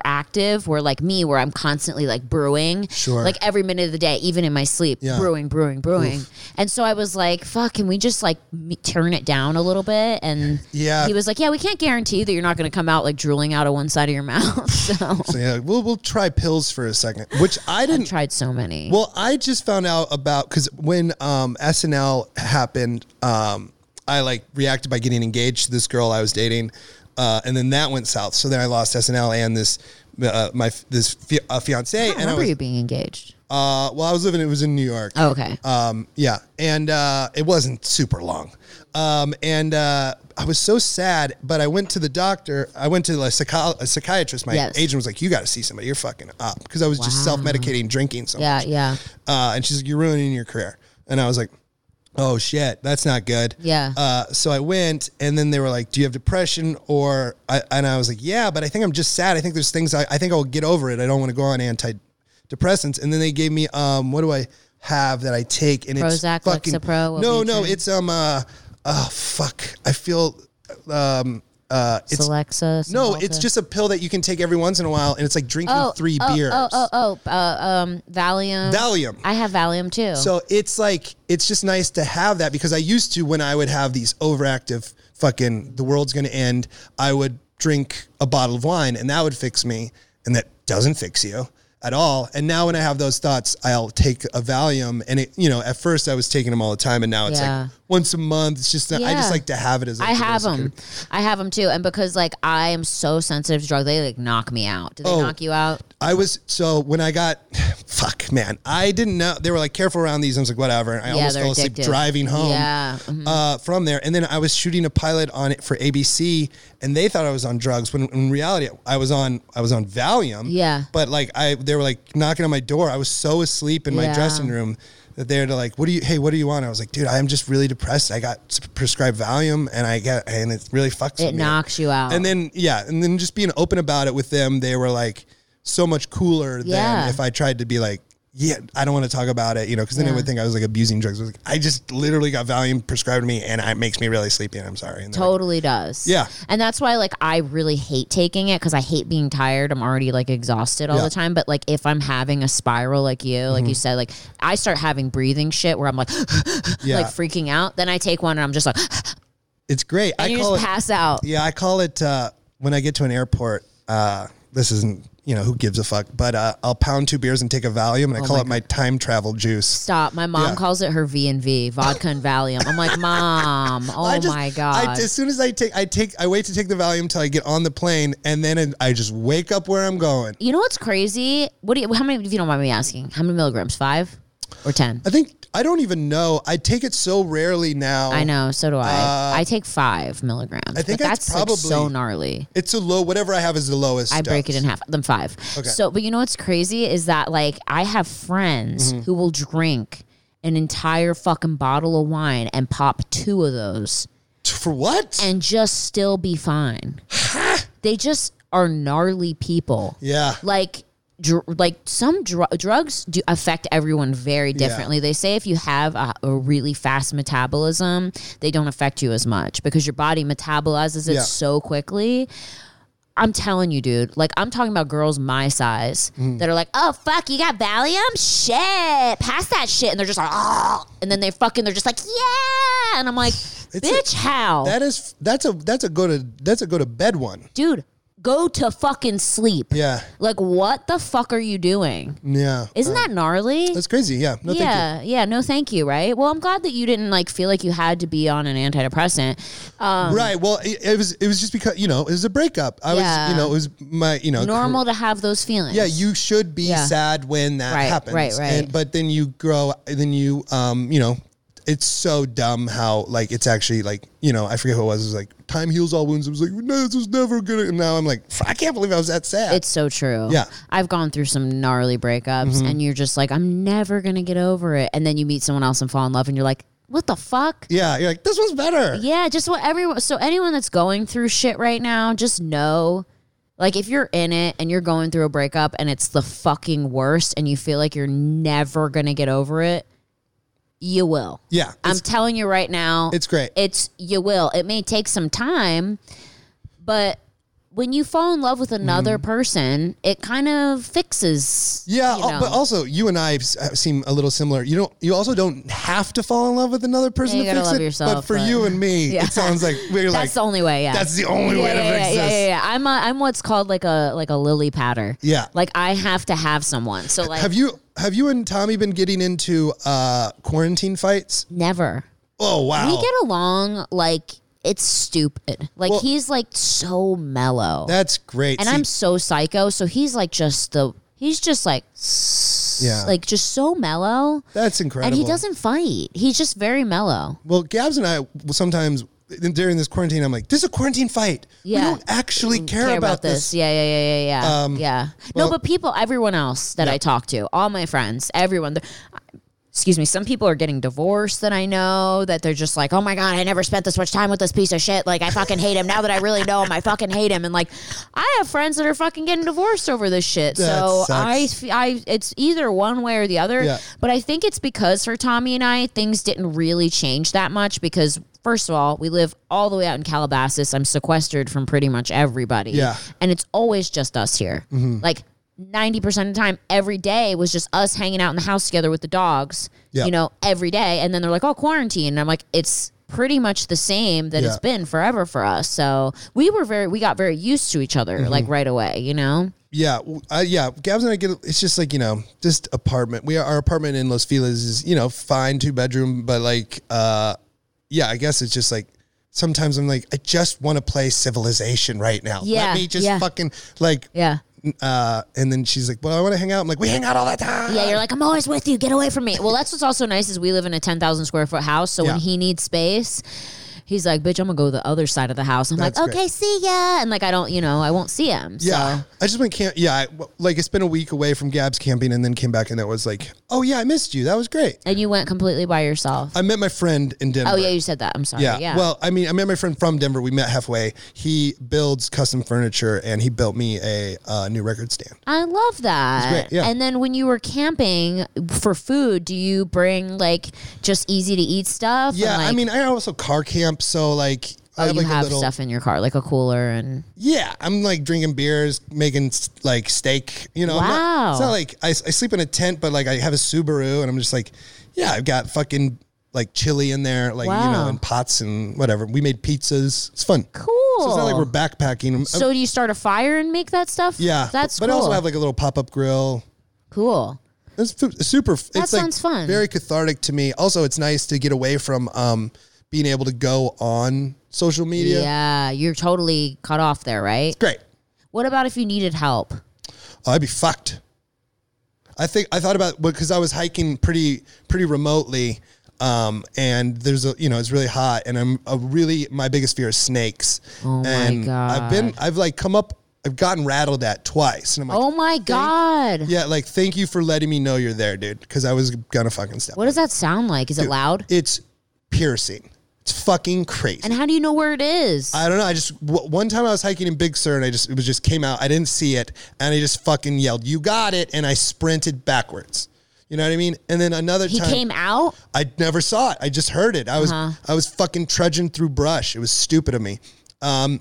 S2: overactive, where like me, where I'm constantly like brewing.
S1: Sure.
S2: Like every minute of the day, even in my sleep,
S1: Yeah.
S2: brewing, brewing, brewing. And so I was like, fuck, can we just like m- turn it down a little bit? And
S1: Yeah.
S2: he was like, yeah, we can't guarantee that you're not going to come out like drooling out of one side of your mouth. So.
S1: So yeah, we'll we'll try pills for a second, which I didn't.
S2: tried so many.
S1: Well, I just found out about because when um, SNL happened, um, I like reacted by getting engaged to this girl I was dating. Uh, and then that went south. So then I lost SNL and this uh, my this fi- uh, fiance.
S2: I don't
S1: and I
S2: remember
S1: was,
S2: you being engaged.
S1: uh, well, I was living. It was in New York.
S2: Oh, okay.
S1: Um, yeah, and uh, it wasn't super long. Um, and uh, I was so sad, but I went to the doctor. I went to a, psycho- a psychiatrist. My
S2: Yes.
S1: agent was like, "You got to see somebody. You're fucking up," because I was just
S2: Wow.
S1: self medicating, drinking so
S2: yeah,
S1: much.
S2: yeah.
S1: Uh, and she's like, "You're ruining your career." And I was like, "Oh shit, that's not good."
S2: Yeah.
S1: Uh, so I went, and then they were like, "Do you have depression?" Or I, and I was like, "Yeah, but I think I'm just sad. I think there's things I, I think I'll get over it. I don't want to go on antidepressants." And then they gave me um, what do I have that I take? And
S2: Prozac,
S1: it's fucking
S2: Lexapro, what
S1: no,
S2: were you
S1: no,
S2: taking?
S1: it's um, uh, oh fuck, I feel um, uh, it's.
S2: Celexa.
S1: no,
S2: Cymbalta.
S1: it's just a pill that you can take every once in a while, and it's like drinking
S2: oh,
S1: three
S2: oh,
S1: beers.
S2: Oh, oh, oh, uh, um, Valium.
S1: Valium.
S2: I have Valium too.
S1: So it's like it's just nice to have that because I used to when I would have these overactive fucking the world's gonna end, I would drink a bottle of wine and that would fix me, and that doesn't fix you at all. And now when I have those thoughts, I'll take a Valium, and it you know at first I was taking them all the time, and now it's
S2: Yeah.
S1: like once a month. It's just that I
S2: Yeah.
S1: just like to have it as a
S2: I have
S1: as a-
S2: them. I have them too. And because like I am so sensitive to drugs, they like knock me out. Do they
S1: Oh.
S2: knock you out?
S1: I was so when I got fuck man, I didn't know they were like careful around these. I was like whatever. I almost
S2: they're
S1: fell asleep
S2: addictive.
S1: driving home.
S2: Yeah. Mhm.
S1: uh, from there. And then I was shooting a pilot on it for ABC, and they thought I was on drugs when in reality I was on I was on Valium.
S2: Yeah.
S1: But like I, they were like knocking on my door. I was so asleep in my
S2: Yeah.
S1: dressing room that they're like, "What do you? Hey, what do you want?" I was like, "Dude, I'm just really depressed. I got s- prescribed Valium, and I got and it really fucks with
S2: It
S1: me."
S2: knocks you out.
S1: And then yeah, and then just being open about it with them, they were like so much cooler
S2: Yeah.
S1: than if I tried to be like, yeah, I don't want to talk about it, you know, because then
S2: Yeah.
S1: they would think I was like abusing drugs. I, was like, I just literally got Valium prescribed to me, and it makes me really sleepy. And I'm sorry. And they're like,
S2: Totally does.
S1: Yeah.
S2: And that's why like I really hate taking it because I hate being tired. I'm already like exhausted all
S1: Yeah. Mm-hmm.
S2: the time. But like if I'm having a spiral like you, like you said, like I start having breathing shit where I'm like
S1: Yeah.
S2: like freaking out. Then I take one and I'm just like
S1: it's great. I
S2: and you
S1: call
S2: just
S1: it.
S2: pass out.
S1: Yeah, I call it uh, when I get to an airport. Uh, this isn't, you know, who gives a fuck. But uh, I'll pound two beers and take a Valium,
S2: Oh
S1: and I call it my time travel juice.
S2: Stop. My mom
S1: Yeah.
S2: calls it her V and V, vodka and Valium. I'm like, Mom, oh
S1: I just-
S2: my God.
S1: I, as soon as I take, I take, I wait to take the Valium till I get on the plane, and then I just wake up where I'm going.
S2: you know what's crazy? What do you how many if you don't mind me asking? How many milligrams? Five or ten?
S1: I think I don't even know. I take it so rarely now.
S2: I know, so do I. I take five milligrams. I
S1: Uh, think
S2: but
S1: that's
S2: that's, like, so
S1: probably-
S2: gnarly.
S1: It's a low. Whatever I have is the lowest.
S2: I break it
S1: dose.
S2: in half. Them five.
S1: Okay.
S2: So, but you know what's crazy is that like I have friends
S1: Mm-hmm.
S2: who will drink an entire fucking bottle of wine and pop two of those
S1: for what?
S2: and just still be fine. they just are gnarly people.
S1: yeah.
S2: Like. Dr- like some dr- drugs do affect everyone very differently. They say if you have a, a really fast metabolism, they don't affect you as much because your body metabolizes it
S1: Yeah.
S2: so quickly. I'm telling you, dude. Like I'm talking about girls my size
S1: Mm.
S2: that are like, "Oh fuck, you got Valium? Shit, pass that shit." And they're just like, "Oh," and then they fucking, they're just like, "Yeah," and I'm like, "Bitch, how,
S1: That is. That's a. That's a go to. That's a go to bed one.
S2: dude? Go to fucking sleep."
S1: Yeah.
S2: Like, what the fuck are you doing?
S1: Yeah.
S2: Isn't that gnarly?
S1: That's crazy. Yeah. No, thank you.
S2: yeah, yeah. No, thank you. Right. Well, I'm glad that you didn't like feel like you had to be on an antidepressant. Um,
S1: Right. Well, it, it was. It was just because you know it was a breakup. I
S2: Yeah.
S1: was. You know, it was my. You know.
S2: normal to have those feelings.
S1: Yeah, you should be
S2: Yeah.
S1: sad when that
S2: Right,
S1: happens.
S2: right, right.
S1: And, but then you grow, then you, um, you know, it's so dumb how like it's actually like you know I forget who it was. It was like time heals all wounds. It was like no, this is never gonna. And now I'm like I can't believe I was that sad.
S2: It's so true.
S1: Yeah. Mm-hmm.
S2: I've gone through some gnarly breakups and you're just like, I'm never going to get over it. And then you meet someone else and fall in love and you're like, what the fuck?
S1: yeah, you're like this was better.
S2: Yeah, just what everyone. So anyone that's going through shit right now, just know, like if you're in it and you're going through a breakup and it's the fucking worst, and you feel like you're never gonna get over it, you will.
S1: Yeah,
S2: I'm
S1: it's,
S2: telling you right now,
S1: it's great.
S2: it's you will. It may take some time, but when you fall in love with another person, it kind of fixes.
S1: Mm. yeah,
S2: you
S1: al-
S2: know.
S1: but also you and I s- uh, seem a little similar. You don't. You also don't have to fall in love with another person
S2: you
S1: to
S2: gotta
S1: fix
S2: love
S1: it. but
S2: yourself,
S1: for
S2: but-
S1: you and me,
S2: Yeah.
S1: it sounds like we're
S2: that's
S1: like
S2: the only way. Yeah,
S1: that's the only way to
S2: yeah,
S1: fix
S2: yeah,
S1: this.
S2: Yeah, yeah, yeah. I'm a, I'm what's called like a like a lily patter.
S1: Yeah.
S2: Like I have to have someone. So like
S1: Have you have you and Tommy been getting into uh, quarantine fights?
S2: never.
S1: Oh wow!
S2: We get along like it's stupid. Like
S1: Well-
S2: he's like so mellow.
S1: That's great.
S2: and
S1: See,
S2: I'm so psycho, so he's like just the he's just like s-
S1: Yeah.
S2: like just so mellow.
S1: that's incredible.
S2: And he doesn't fight. He's just very mellow.
S1: Well, Gabs and I will sometimes during this quarantine, I'm like, this is a quarantine fight.
S2: Yeah. Mm,
S1: We don't actually care, about, this. Um,
S2: Yeah, yeah, yeah, yeah, yeah. yeah. no, but people, everyone else that I talk to, all my friends, everyone. th- Excuse me. Some people are getting divorced that I know that they're just like, oh my god, I never spent this much time with this piece of shit. Like I fucking hate him. Now that I really know him, I fucking hate him. And like, I have friends that are fucking getting divorced over this shit.
S1: That
S2: so
S1: sucks.
S2: I, f- I, it's either one way or the other.
S1: Yeah.
S2: But I think it's because for Tommy and I, things didn't really change that much because, first of all, we live all the way out in Calabasas. I'm sequestered from pretty much everybody.
S1: Yeah. Mm-hmm.
S2: And it's always just us here. Like 90% of the time, every day was just us hanging out in the house together with the dogs,
S1: Yeah.
S2: you know, every day. And then they're like, oh, quarantine. And I'm like, it's pretty much the same that
S1: Yeah.
S2: it's been forever for us. So we were very, we got very used to each other
S1: Mm-hmm.
S2: like right away, you know?
S1: Yeah, well, uh, yeah. Gabs and I get it's just like you know, just apartment. We our apartment in Los Feliz is you know fine, two bedroom, but like, uh, yeah, I guess it's just like sometimes I'm like I just want to play Civilization right now.
S2: Yeah,
S1: Let me just
S2: yeah.
S1: fucking like.
S2: Yeah.
S1: Uh, and then she's like, "Well, I want to hang out." I'm like, "We hang out all the time."
S2: Yeah, you're like, I'm always with you. Get away from me. Well, that's what's also nice is we live in a 10,000 square foot house. So
S1: Yeah.
S2: when he needs space, he's like, bitch, I'm going to go to the other side of the house. I'm
S1: That's
S2: like,
S1: great.
S2: okay, see ya. And like, I don't, you know, I won't see him. So-
S1: Yeah, I just went camp. Yeah, I, well, like I spent a week away from Gabs camping, and then came back, and it was like, "Oh yeah, I missed you. That was great."
S2: And you went completely by yourself.
S1: I met my friend in Denver.
S2: oh, yeah, you said that. I'm sorry.
S1: Yeah.
S2: Yeah.
S1: Well, I mean, I met my friend from Denver. We met halfway. He builds custom furniture, and he built me a uh, new record stand.
S2: I love that.
S1: great, yeah.
S2: And then when you were camping for food, do you bring like just easy to eat stuff? And,
S1: Yeah. I
S2: like-
S1: mean, I also car camp, so like, I
S2: Oh,
S1: have
S2: you
S1: like
S2: have
S1: a little.
S2: stuff in your car, like a cooler and
S1: Yeah, I'm like drinking beers, making s- like steak. You know, I'm not- it's
S2: Wow.
S1: not like I, I sleep in a tent, but like I have a Subaru, and I'm just like, yeah, I've got fucking like chili in there, like you know,
S2: Wow.
S1: and pots and whatever. We made pizzas. It's fun.
S2: cool.
S1: So it's not like we're backpacking. I'm-
S2: So do you start a fire and make that stuff?
S1: yeah,
S2: That's
S1: but
S2: cool.
S1: I also have like a little pop up grill.
S2: cool.
S1: That's fu- super. That it's like
S2: sounds fun.
S1: Very cathartic to me. Also, it's nice to get away from um, being able to go on social media.
S2: Yeah. you're totally cut off there, right?
S1: Great.
S2: What about if you needed help?
S1: Oh, I'd be fucked. I think I thought about because I was hiking pretty pretty remotely, um, and there's a you know it's really hot, and I'm a really my biggest fear is snakes.
S2: Oh my
S1: and I've been I've like come up I've gotten rattled at twice, and I'm like,
S2: Oh my god.
S1: yeah, like thank you for letting me know you're there, dude, because I was gonna fucking step.
S2: What does that sound like? Is it loud?
S1: It's piercing. It's fucking crazy.
S2: And how do you know where it is?
S1: I don't know. I just w- one time I was hiking in Big Sur and I just it was just came out. I didn't see it and I just fucking yelled, "You got it!" and I sprinted backwards. You know what I mean? And then another
S2: he
S1: time
S2: came out?
S1: I never saw it. I just heard it. I was
S2: Uh-huh.
S1: I was fucking trudging through brush. It was stupid of me. Um,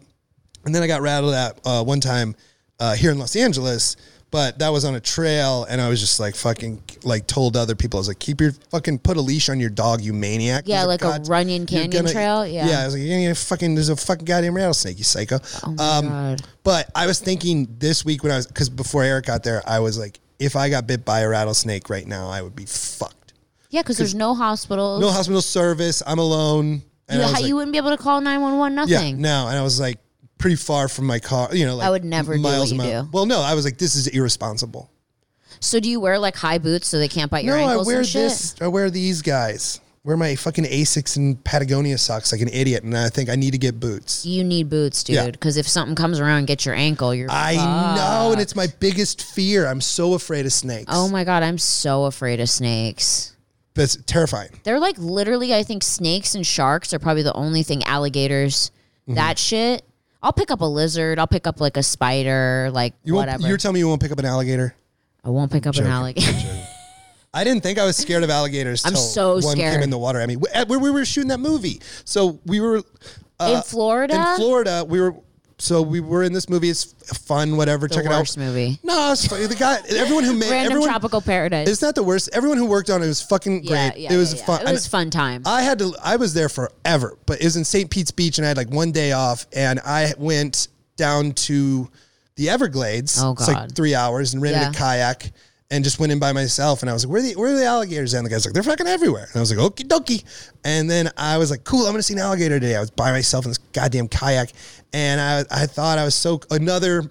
S1: and then I got rattled at uh, one time uh, here in Los Angeles, but that was on a trail, and I was just like fucking like told other people I was like, keep your fucking put a leash on your dog, you maniac.
S2: Yeah,
S1: There's
S2: like a
S1: god-
S2: Runyon
S1: you're
S2: Canyon trail? Yeah.
S1: yeah. I was like, you're gonna get a fucking there's a fucking goddamn rattlesnake, you psycho. um,
S2: Oh God.
S1: but I was thinking this week when I was because before Eric got there, I was like, if I got bit by a rattlesnake right now, I would be fucked
S2: Yeah, because there's no hospitals.
S1: no hospital service. I'm alone. And I
S2: you,
S1: was
S2: how-
S1: like,
S2: you wouldn't be able to call 911,
S1: yeah,
S2: nothing.
S1: no. And I was like, pretty far from my car. You know, like
S2: I would never do
S1: miles
S2: what you
S1: amount-
S2: do.
S1: Well, no, I was like, this is irresponsible.
S2: So do you wear like high boots so they can't bite your
S1: no, I
S2: ankles
S1: wear
S2: and shit?
S1: this. I wear these guys. Wear my fucking Asics and Patagonia socks like an idiot, and I think I need to get boots.
S2: You need boots,
S1: Yeah.
S2: dude, because if something comes around and gets your ankle, you're
S1: I know, and it's my biggest fear. I'm so afraid of snakes.
S2: Oh my god, I'm so afraid of snakes.
S1: that's terrifying.
S2: They're like literally, I think snakes and sharks are probably the only thing alligators,
S1: Mm-hmm.
S2: that shit. I'll pick up a lizard. I'll pick up like a spider, like
S1: You won't,
S2: whatever.
S1: You're telling me you won't pick up an alligator?
S2: I won't pick up an alligator.
S1: I didn't think I was scared of alligators. I'm
S2: so
S1: one came
S2: scared.
S1: in the water. I mean, where we were shooting that movie, so we were uh,
S2: In Florida?
S1: In Florida, we were. So we were in this movie. It's fun, whatever. Check it out.
S2: worst movie.
S1: No, it's funny. The guy, everyone who made
S2: Random
S1: everyone,
S2: tropical paradise.
S1: It's not the worst. Everyone who worked on it was fucking
S2: yeah,
S1: great.
S2: yeah,
S1: it was
S2: yeah, yeah.
S1: fun. Uh,
S2: It was fun time.
S1: I had to. I was there forever, but it was in St. Pete's Beach, and I had like one day off, and I went down to the Everglades.
S2: Oh,
S1: It's like
S2: God.
S1: three hours, and rented a
S2: Yeah.
S1: kayak, and just went in by myself. And I was like, where are the, where are the alligators? at?" And the guy's like, they're fucking everywhere. And I was like, okie dokie. And then I was like, cool, I'm going to see an alligator today. I was by myself in this goddamn kayak. And I, I thought I was so, another,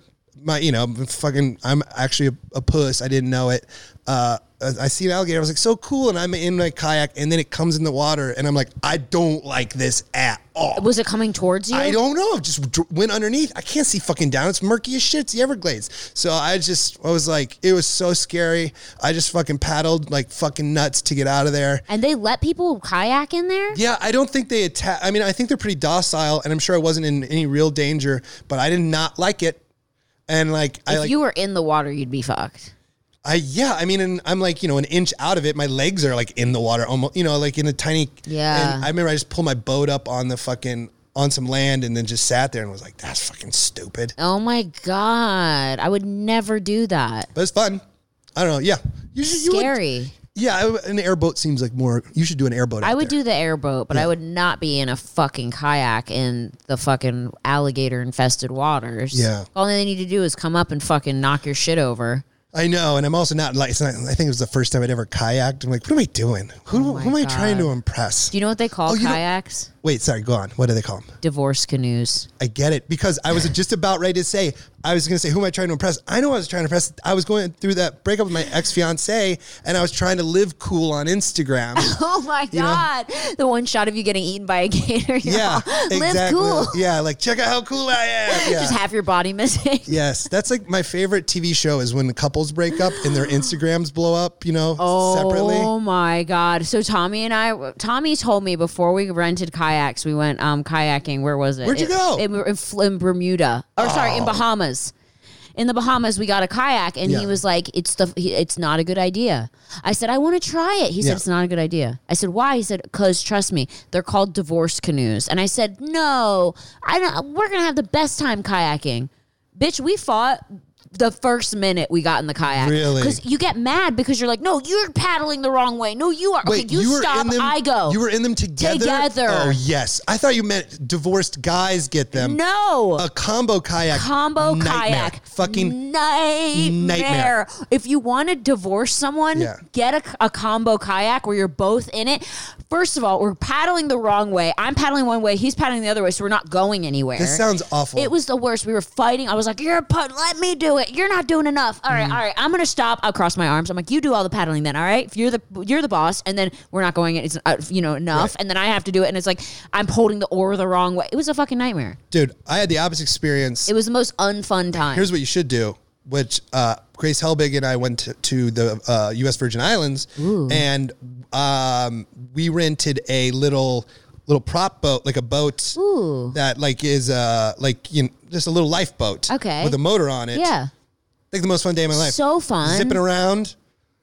S1: my, you know, fucking, I'm actually a, a puss. I didn't know it. Uh, I I see an alligator. I was like, so cool. And I'm in my kayak. And then it comes in the water. And I'm like, I don't like this at all.
S2: Was it coming towards you?
S1: I don't know. It just dr- went underneath. I can't see fucking down. It's murky as shit. It's the Everglades. So I just, I was like, it was so scary. I just fucking paddled like fucking nuts to get out of there.
S2: and they let people kayak in there?
S1: Yeah, I don't think they attack. I mean, I think they're pretty docile, and I'm sure I wasn't in any real danger, but I did not like it. And like, I
S2: if
S1: like,
S2: you were in the water, you'd be fucked.
S1: I yeah, I mean, and I'm like you know an inch out of it. My legs are like in the water, almost you know like in a tiny.
S2: Yeah.
S1: And I remember I just pulled my boat up on the fucking on some land and then just sat there and was like, that's fucking stupid.
S2: Oh my god, I would never do that.
S1: but it's fun. I don't know. Yeah, you should. you would-
S2: Scary.
S1: yeah, I would- an airboat seems like more. You should do an airboat.
S2: I would do the airboat, but I would not be in a fucking kayak in the fucking alligator infested waters.
S1: Yeah.
S2: All they need to do is come up and fucking knock your shit over.
S1: I know, and I'm also not like. It's not, I think it was the first time I'd ever kayaked. I'm like, what am I doing? Who, who am I trying to impress?
S2: Oh Do you know what they call
S1: Oh, you don't-
S2: kayaks?
S1: Wait, sorry. Go on. What do they call them?
S2: Divorce canoes.
S1: I get it because I was just about ready to say I was going to say who am I trying to impress? I know I was trying to impress. I was going through that breakup with my ex fiance, and I was trying to live cool on Instagram.
S2: Oh my god. The one shot of you getting eaten by a gator. You're
S1: yeah,
S2: all, Live
S1: exactly.
S2: cool.
S1: Yeah, like check out how cool I am. Yeah.
S2: Just half your body missing.
S1: Yes, that's like my favorite TV show is when the couples break up and their Instagrams blow up, you know, separately.
S2: Oh my god! So Tommy and I, Tommy told me before we rented kayaks, we went um kayaking. Where was it?
S1: Where'd you
S2: It-
S1: go? Oh.
S2: It, in, Fl- in Bermuda, or sorry, in Bahamas. In the Bahamas, we got a kayak, and
S1: Yeah.
S2: he was like, "It's the, he, it's not a good idea." I said, "I want to try it." He said,
S1: Yeah.
S2: "It's not a good idea." I said, "Why?" He said, "Cause trust me, they're called divorce canoes." And I said, "No, I don't. We're gonna have the best time kayaking, bitch. We fought." The first minute we got in the kayak,
S1: Really?
S2: 'Cause you get mad because you're like, no, you're paddling the wrong way. No, you are. okay, you, stop.
S1: them,
S2: I go.
S1: You were in them together.
S2: Together.
S1: Oh yes, I thought you meant divorced guys get them.
S2: no.
S1: A combo kayak.
S2: Combo
S1: nightmare.
S2: kayak.
S1: Fucking
S2: nightmare.
S1: nightmare.
S2: If you want to divorce someone,
S1: Yeah.
S2: get a, a combo kayak where you're both in it. First of all, we're paddling the wrong way. I'm paddling one way, he's paddling the other way, so we're not going anywhere.
S1: This sounds awful.
S2: It was the worst. We were fighting. I was like, "You're a put. Let me do it. You're not doing enough. All right,
S1: Mm.
S2: all right. I'm gonna stop. I'll cross my arms. I'm like, you do all the paddling then. All right, if you're the you're the boss, and then we're not going. It's uh, you know enough, and then I have to do it. And it's like I'm holding the oar the wrong way. It was a fucking nightmare.
S1: dude. I had the opposite experience.
S2: It was the most unfun time.
S1: Here's what you should do. Which uh, Grace Helbig and I went to, to the uh, U.S. Virgin Islands, and um, we rented a little little prop boat, like a boat
S2: Ooh.
S1: that like is uh, like you know, just a little lifeboat,
S2: Okay.
S1: with a motor on it.
S2: yeah,
S1: like the most fun day of my life.
S2: so fun.
S1: zipping around,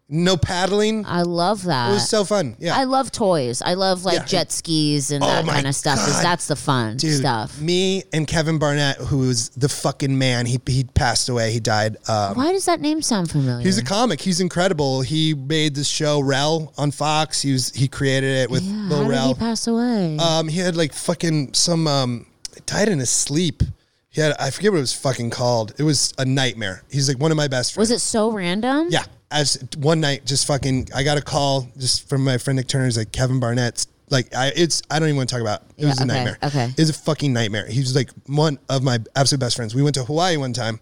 S1: no paddling.
S2: I love that.
S1: it was so fun. Yeah,
S2: I love toys. I love like
S1: Yeah. Oh
S2: jet skis and that
S1: my
S2: kind of stuff. 'cause
S1: God.
S2: That's the fun
S1: Dude,
S2: stuff.
S1: Me and Kevin Barnett, who was the fucking man. He he passed away. He died. Um,
S2: Why does that name sound familiar?
S1: He's a comic. He's incredible. He made this show Rel on Fox. He was he created it with
S2: yeah,
S1: Lil
S2: how did he
S1: Rel.
S2: pass away?
S1: um, he had like fucking some um, died in his sleep. He had I forget what it was fucking called. It was a nightmare. He's like one of my best friends.
S2: was it so random?
S1: Yeah. As one night, just fucking, I got a call just from my friend Nick Turner's like Kevin Barnett's. Like I, it's I don't even want to talk about. It, it was a
S2: okay,
S1: nightmare.
S2: okay.
S1: it was a fucking nightmare. He was like one of my absolute best friends. We went to Hawaii one time,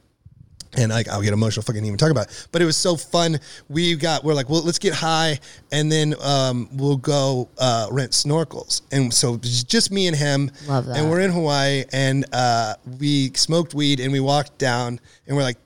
S1: and like I'll get emotional fucking even talk about it. But it was so fun. We got we're like, well, let's get high, and then um, we'll go uh, rent snorkels. And so it's just me and him.
S2: Love that.
S1: And we're in Hawaii, and uh, we smoked weed, and we walked down, and we're like.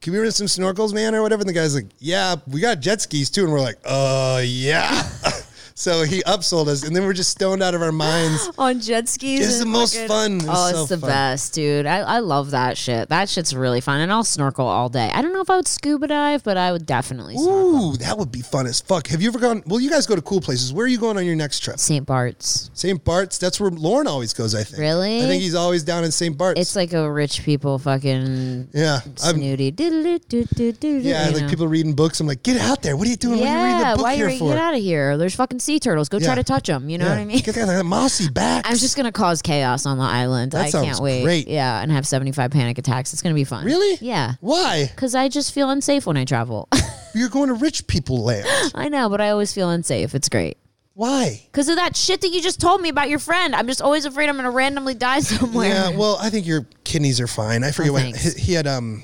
S1: Can we rent some snorkels, man, or whatever? And the guy's like, "Yeah, we got jet skis too." And we're like, "Uh, yeah." so he upsold us, and then we're just stoned out of our minds.
S2: on jet skis.
S1: It's
S2: and
S1: the most
S2: fucking-
S1: fun. It's
S2: oh, it's
S1: so
S2: the
S1: fun.
S2: best, dude. I, I love that shit. That shit's really fun, and I'll snorkel all day. I don't know if I would scuba dive, but I would definitely. snorkel.
S1: Ooh, that would be fun as fuck. Have you ever gone? Well, you guys go to cool places. Where are you going on your next trip?
S2: St. Bart's.
S1: St. Bart's. That's where Lauren always goes. I think.
S2: Really?
S1: I think he's always down in St. Bart's.
S2: It's like a rich people fucking
S1: yeah. I'm,
S2: snooty. Diddle-doo-doo-doo-doo,
S1: yeah,
S2: you
S1: like
S2: know.
S1: people reading books. I'm like, get out there. What are you doing? what are you reading
S2: Yeah,
S1: the book
S2: why
S1: here
S2: are you
S1: for?
S2: get out of here? There's fucking sea turtles. Go
S1: Yeah.
S2: try to touch them. You know what I mean?
S1: Get that mossy back.
S2: I'm just gonna cause chaos on the island. I
S1: sounds
S2: can't wait.
S1: great.
S2: Yeah, and have 75 panic attacks. It's gonna be fun.
S1: Really?
S2: Yeah.
S1: Why?
S2: Because I just feel unsafe when I travel.
S1: You're going to rich people land.
S2: I know, but I always feel unsafe. It's great.
S1: Why?
S2: Because of that shit that you just told me about your friend. I'm just always afraid I'm going to randomly die somewhere.
S1: Yeah, well, I think your kidneys are fine. I forget what he,
S2: Oh, thanks.
S1: he had. Um,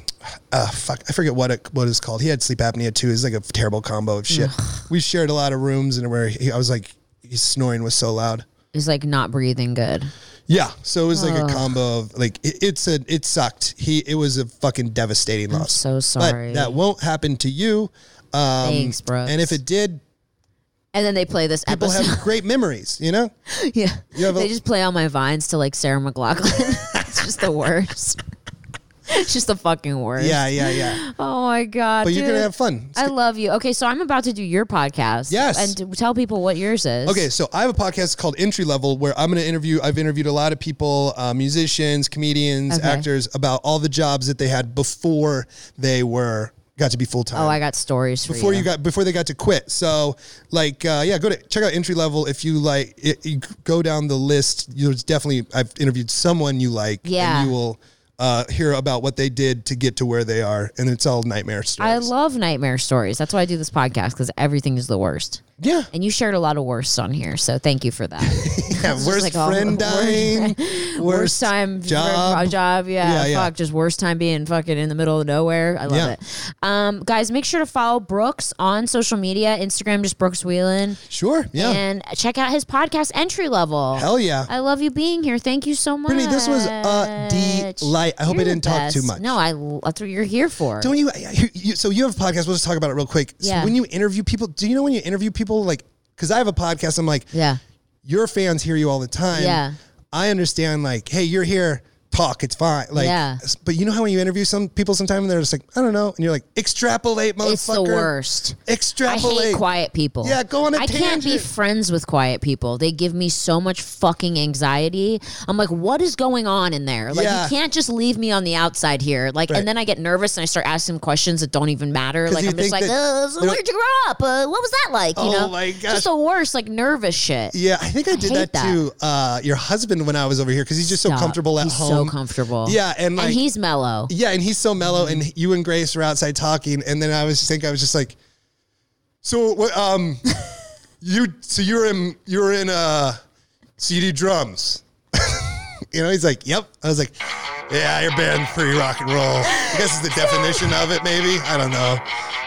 S1: uh, fuck, I forget what it what it's called. He had sleep apnea too. It's like a terrible combo of shit. we shared a lot of rooms, and where he, I was like, his snoring was so loud.
S2: It's like not breathing good.
S1: Yeah, so it was like a combo of like it, it's a it sucked. He it was a fucking devastating loss.
S2: so sorry.
S1: but that won't happen to you. Um,
S2: Thanks, bro.
S1: And if it did,
S2: and then they play this
S1: we'll
S2: episode.
S1: have great memories. You know,
S2: yeah,
S1: You have a-
S2: they just play all my vines to like Sarah McLaughlin. it's just the worst. it's just the fucking worst.
S1: yeah, yeah, yeah.
S2: Oh my god.
S1: But you're gonna
S2: dude.
S1: have fun.
S2: I love you. Okay, so I'm about to do your podcast.
S1: Yes.
S2: and to tell people what yours is.
S1: Okay, so I have a podcast called Entry Level where I'm going to interview. I've interviewed a lot of people, uh, musicians, comedians,
S2: Okay.
S1: actors, about all the jobs that they had before they were got to be full time.
S2: Oh, I got stories for
S1: before
S2: you.
S1: you got before they got to quit. So, like, uh, yeah, go to check out Entry Level if you like. It, you go down the list. There's definitely I've interviewed someone you like.
S2: Yeah.
S1: and you will uh, hear about what they did to get to where they are, and it's all nightmare stories.
S2: I love nightmare stories. That's why I do this podcast because everything is the worst.
S1: yeah,
S2: And you shared a lot of worst on here, so thank you for that.
S1: yeah. Worst
S2: like all-
S1: friend dying. worst,
S2: worst time
S1: job.
S2: job yeah,
S1: Yeah, yeah.
S2: fuck just worst time being fucking in the middle of nowhere i love
S1: Yeah.
S2: it um guys make sure to follow brooks on social media instagram just brooks wheelan
S1: Sure. Yeah.
S2: and check out his podcast entry level
S1: Hell yeah.
S2: i love you being here thank you so much
S1: Brittany, this was a delight. I hope I
S2: You're the
S1: didn't talk too
S2: best.
S1: much.
S2: no i l- that's what you're here for
S1: Don't you, you, you? So you have a podcast. We'll just talk about it real quick. So
S2: Yeah.
S1: when you interview people, do you know when you interview people like? Because I have a podcast. I'm like,
S2: yeah
S1: your fans hear you all the time.
S2: Yeah.
S1: I understand. Like, hey, you're here. Talk. It's fine. Like,
S2: Yeah.
S1: s- but you know how when you interview some people, sometimes they're just like, I don't know, and you're like, extrapolate, motherfucker.
S2: it's the worst I
S1: Extrapolate.
S2: hate quiet people.
S1: Yeah, go on a
S2: I can't be
S1: tangent.
S2: friends with quiet people. They give me so much fucking anxiety. I'm like, what is going on in there? Like,
S1: Yeah.
S2: you can't just leave me on the outside here. Like,
S1: Right.
S2: and then I get nervous and I start asking questions that don't even matter. Like,
S1: you
S2: I'm
S1: think
S2: just
S1: that-
S2: like, uh, so
S1: they're
S2: where'd you grow up? Uh, what was that like? You
S1: Oh
S2: know,
S1: my gosh.
S2: just the worst, like nervous shit.
S1: Yeah, I think I did
S2: hate
S1: that, to uh, your husband when I was over here because he's just so
S2: Stop.
S1: comfortable at
S2: He's
S1: home.
S2: So comfortable.
S1: Yeah, and like
S2: and he's mellow.
S1: Yeah, and he's so mellow, and you and Grace were outside talking, and then I was just think I was just like, so what? Um, you so you're in you're in uh, CD drums. you know, he's like, yep. I was like, yeah, your band pretty rock and roll. I guess is the definition of it, maybe. I don't know.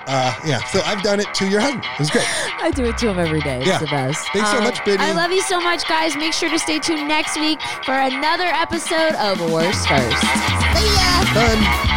S1: Uh, yeah, so I've done it to your husband. It was great.
S2: I do it to him every day. It's
S1: Yeah.
S2: the best. Uh,
S1: Thanks so much, Brittany.
S2: I love you so much, guys. Make sure to stay tuned next week for another episode of Worst First. See ya.
S1: Done.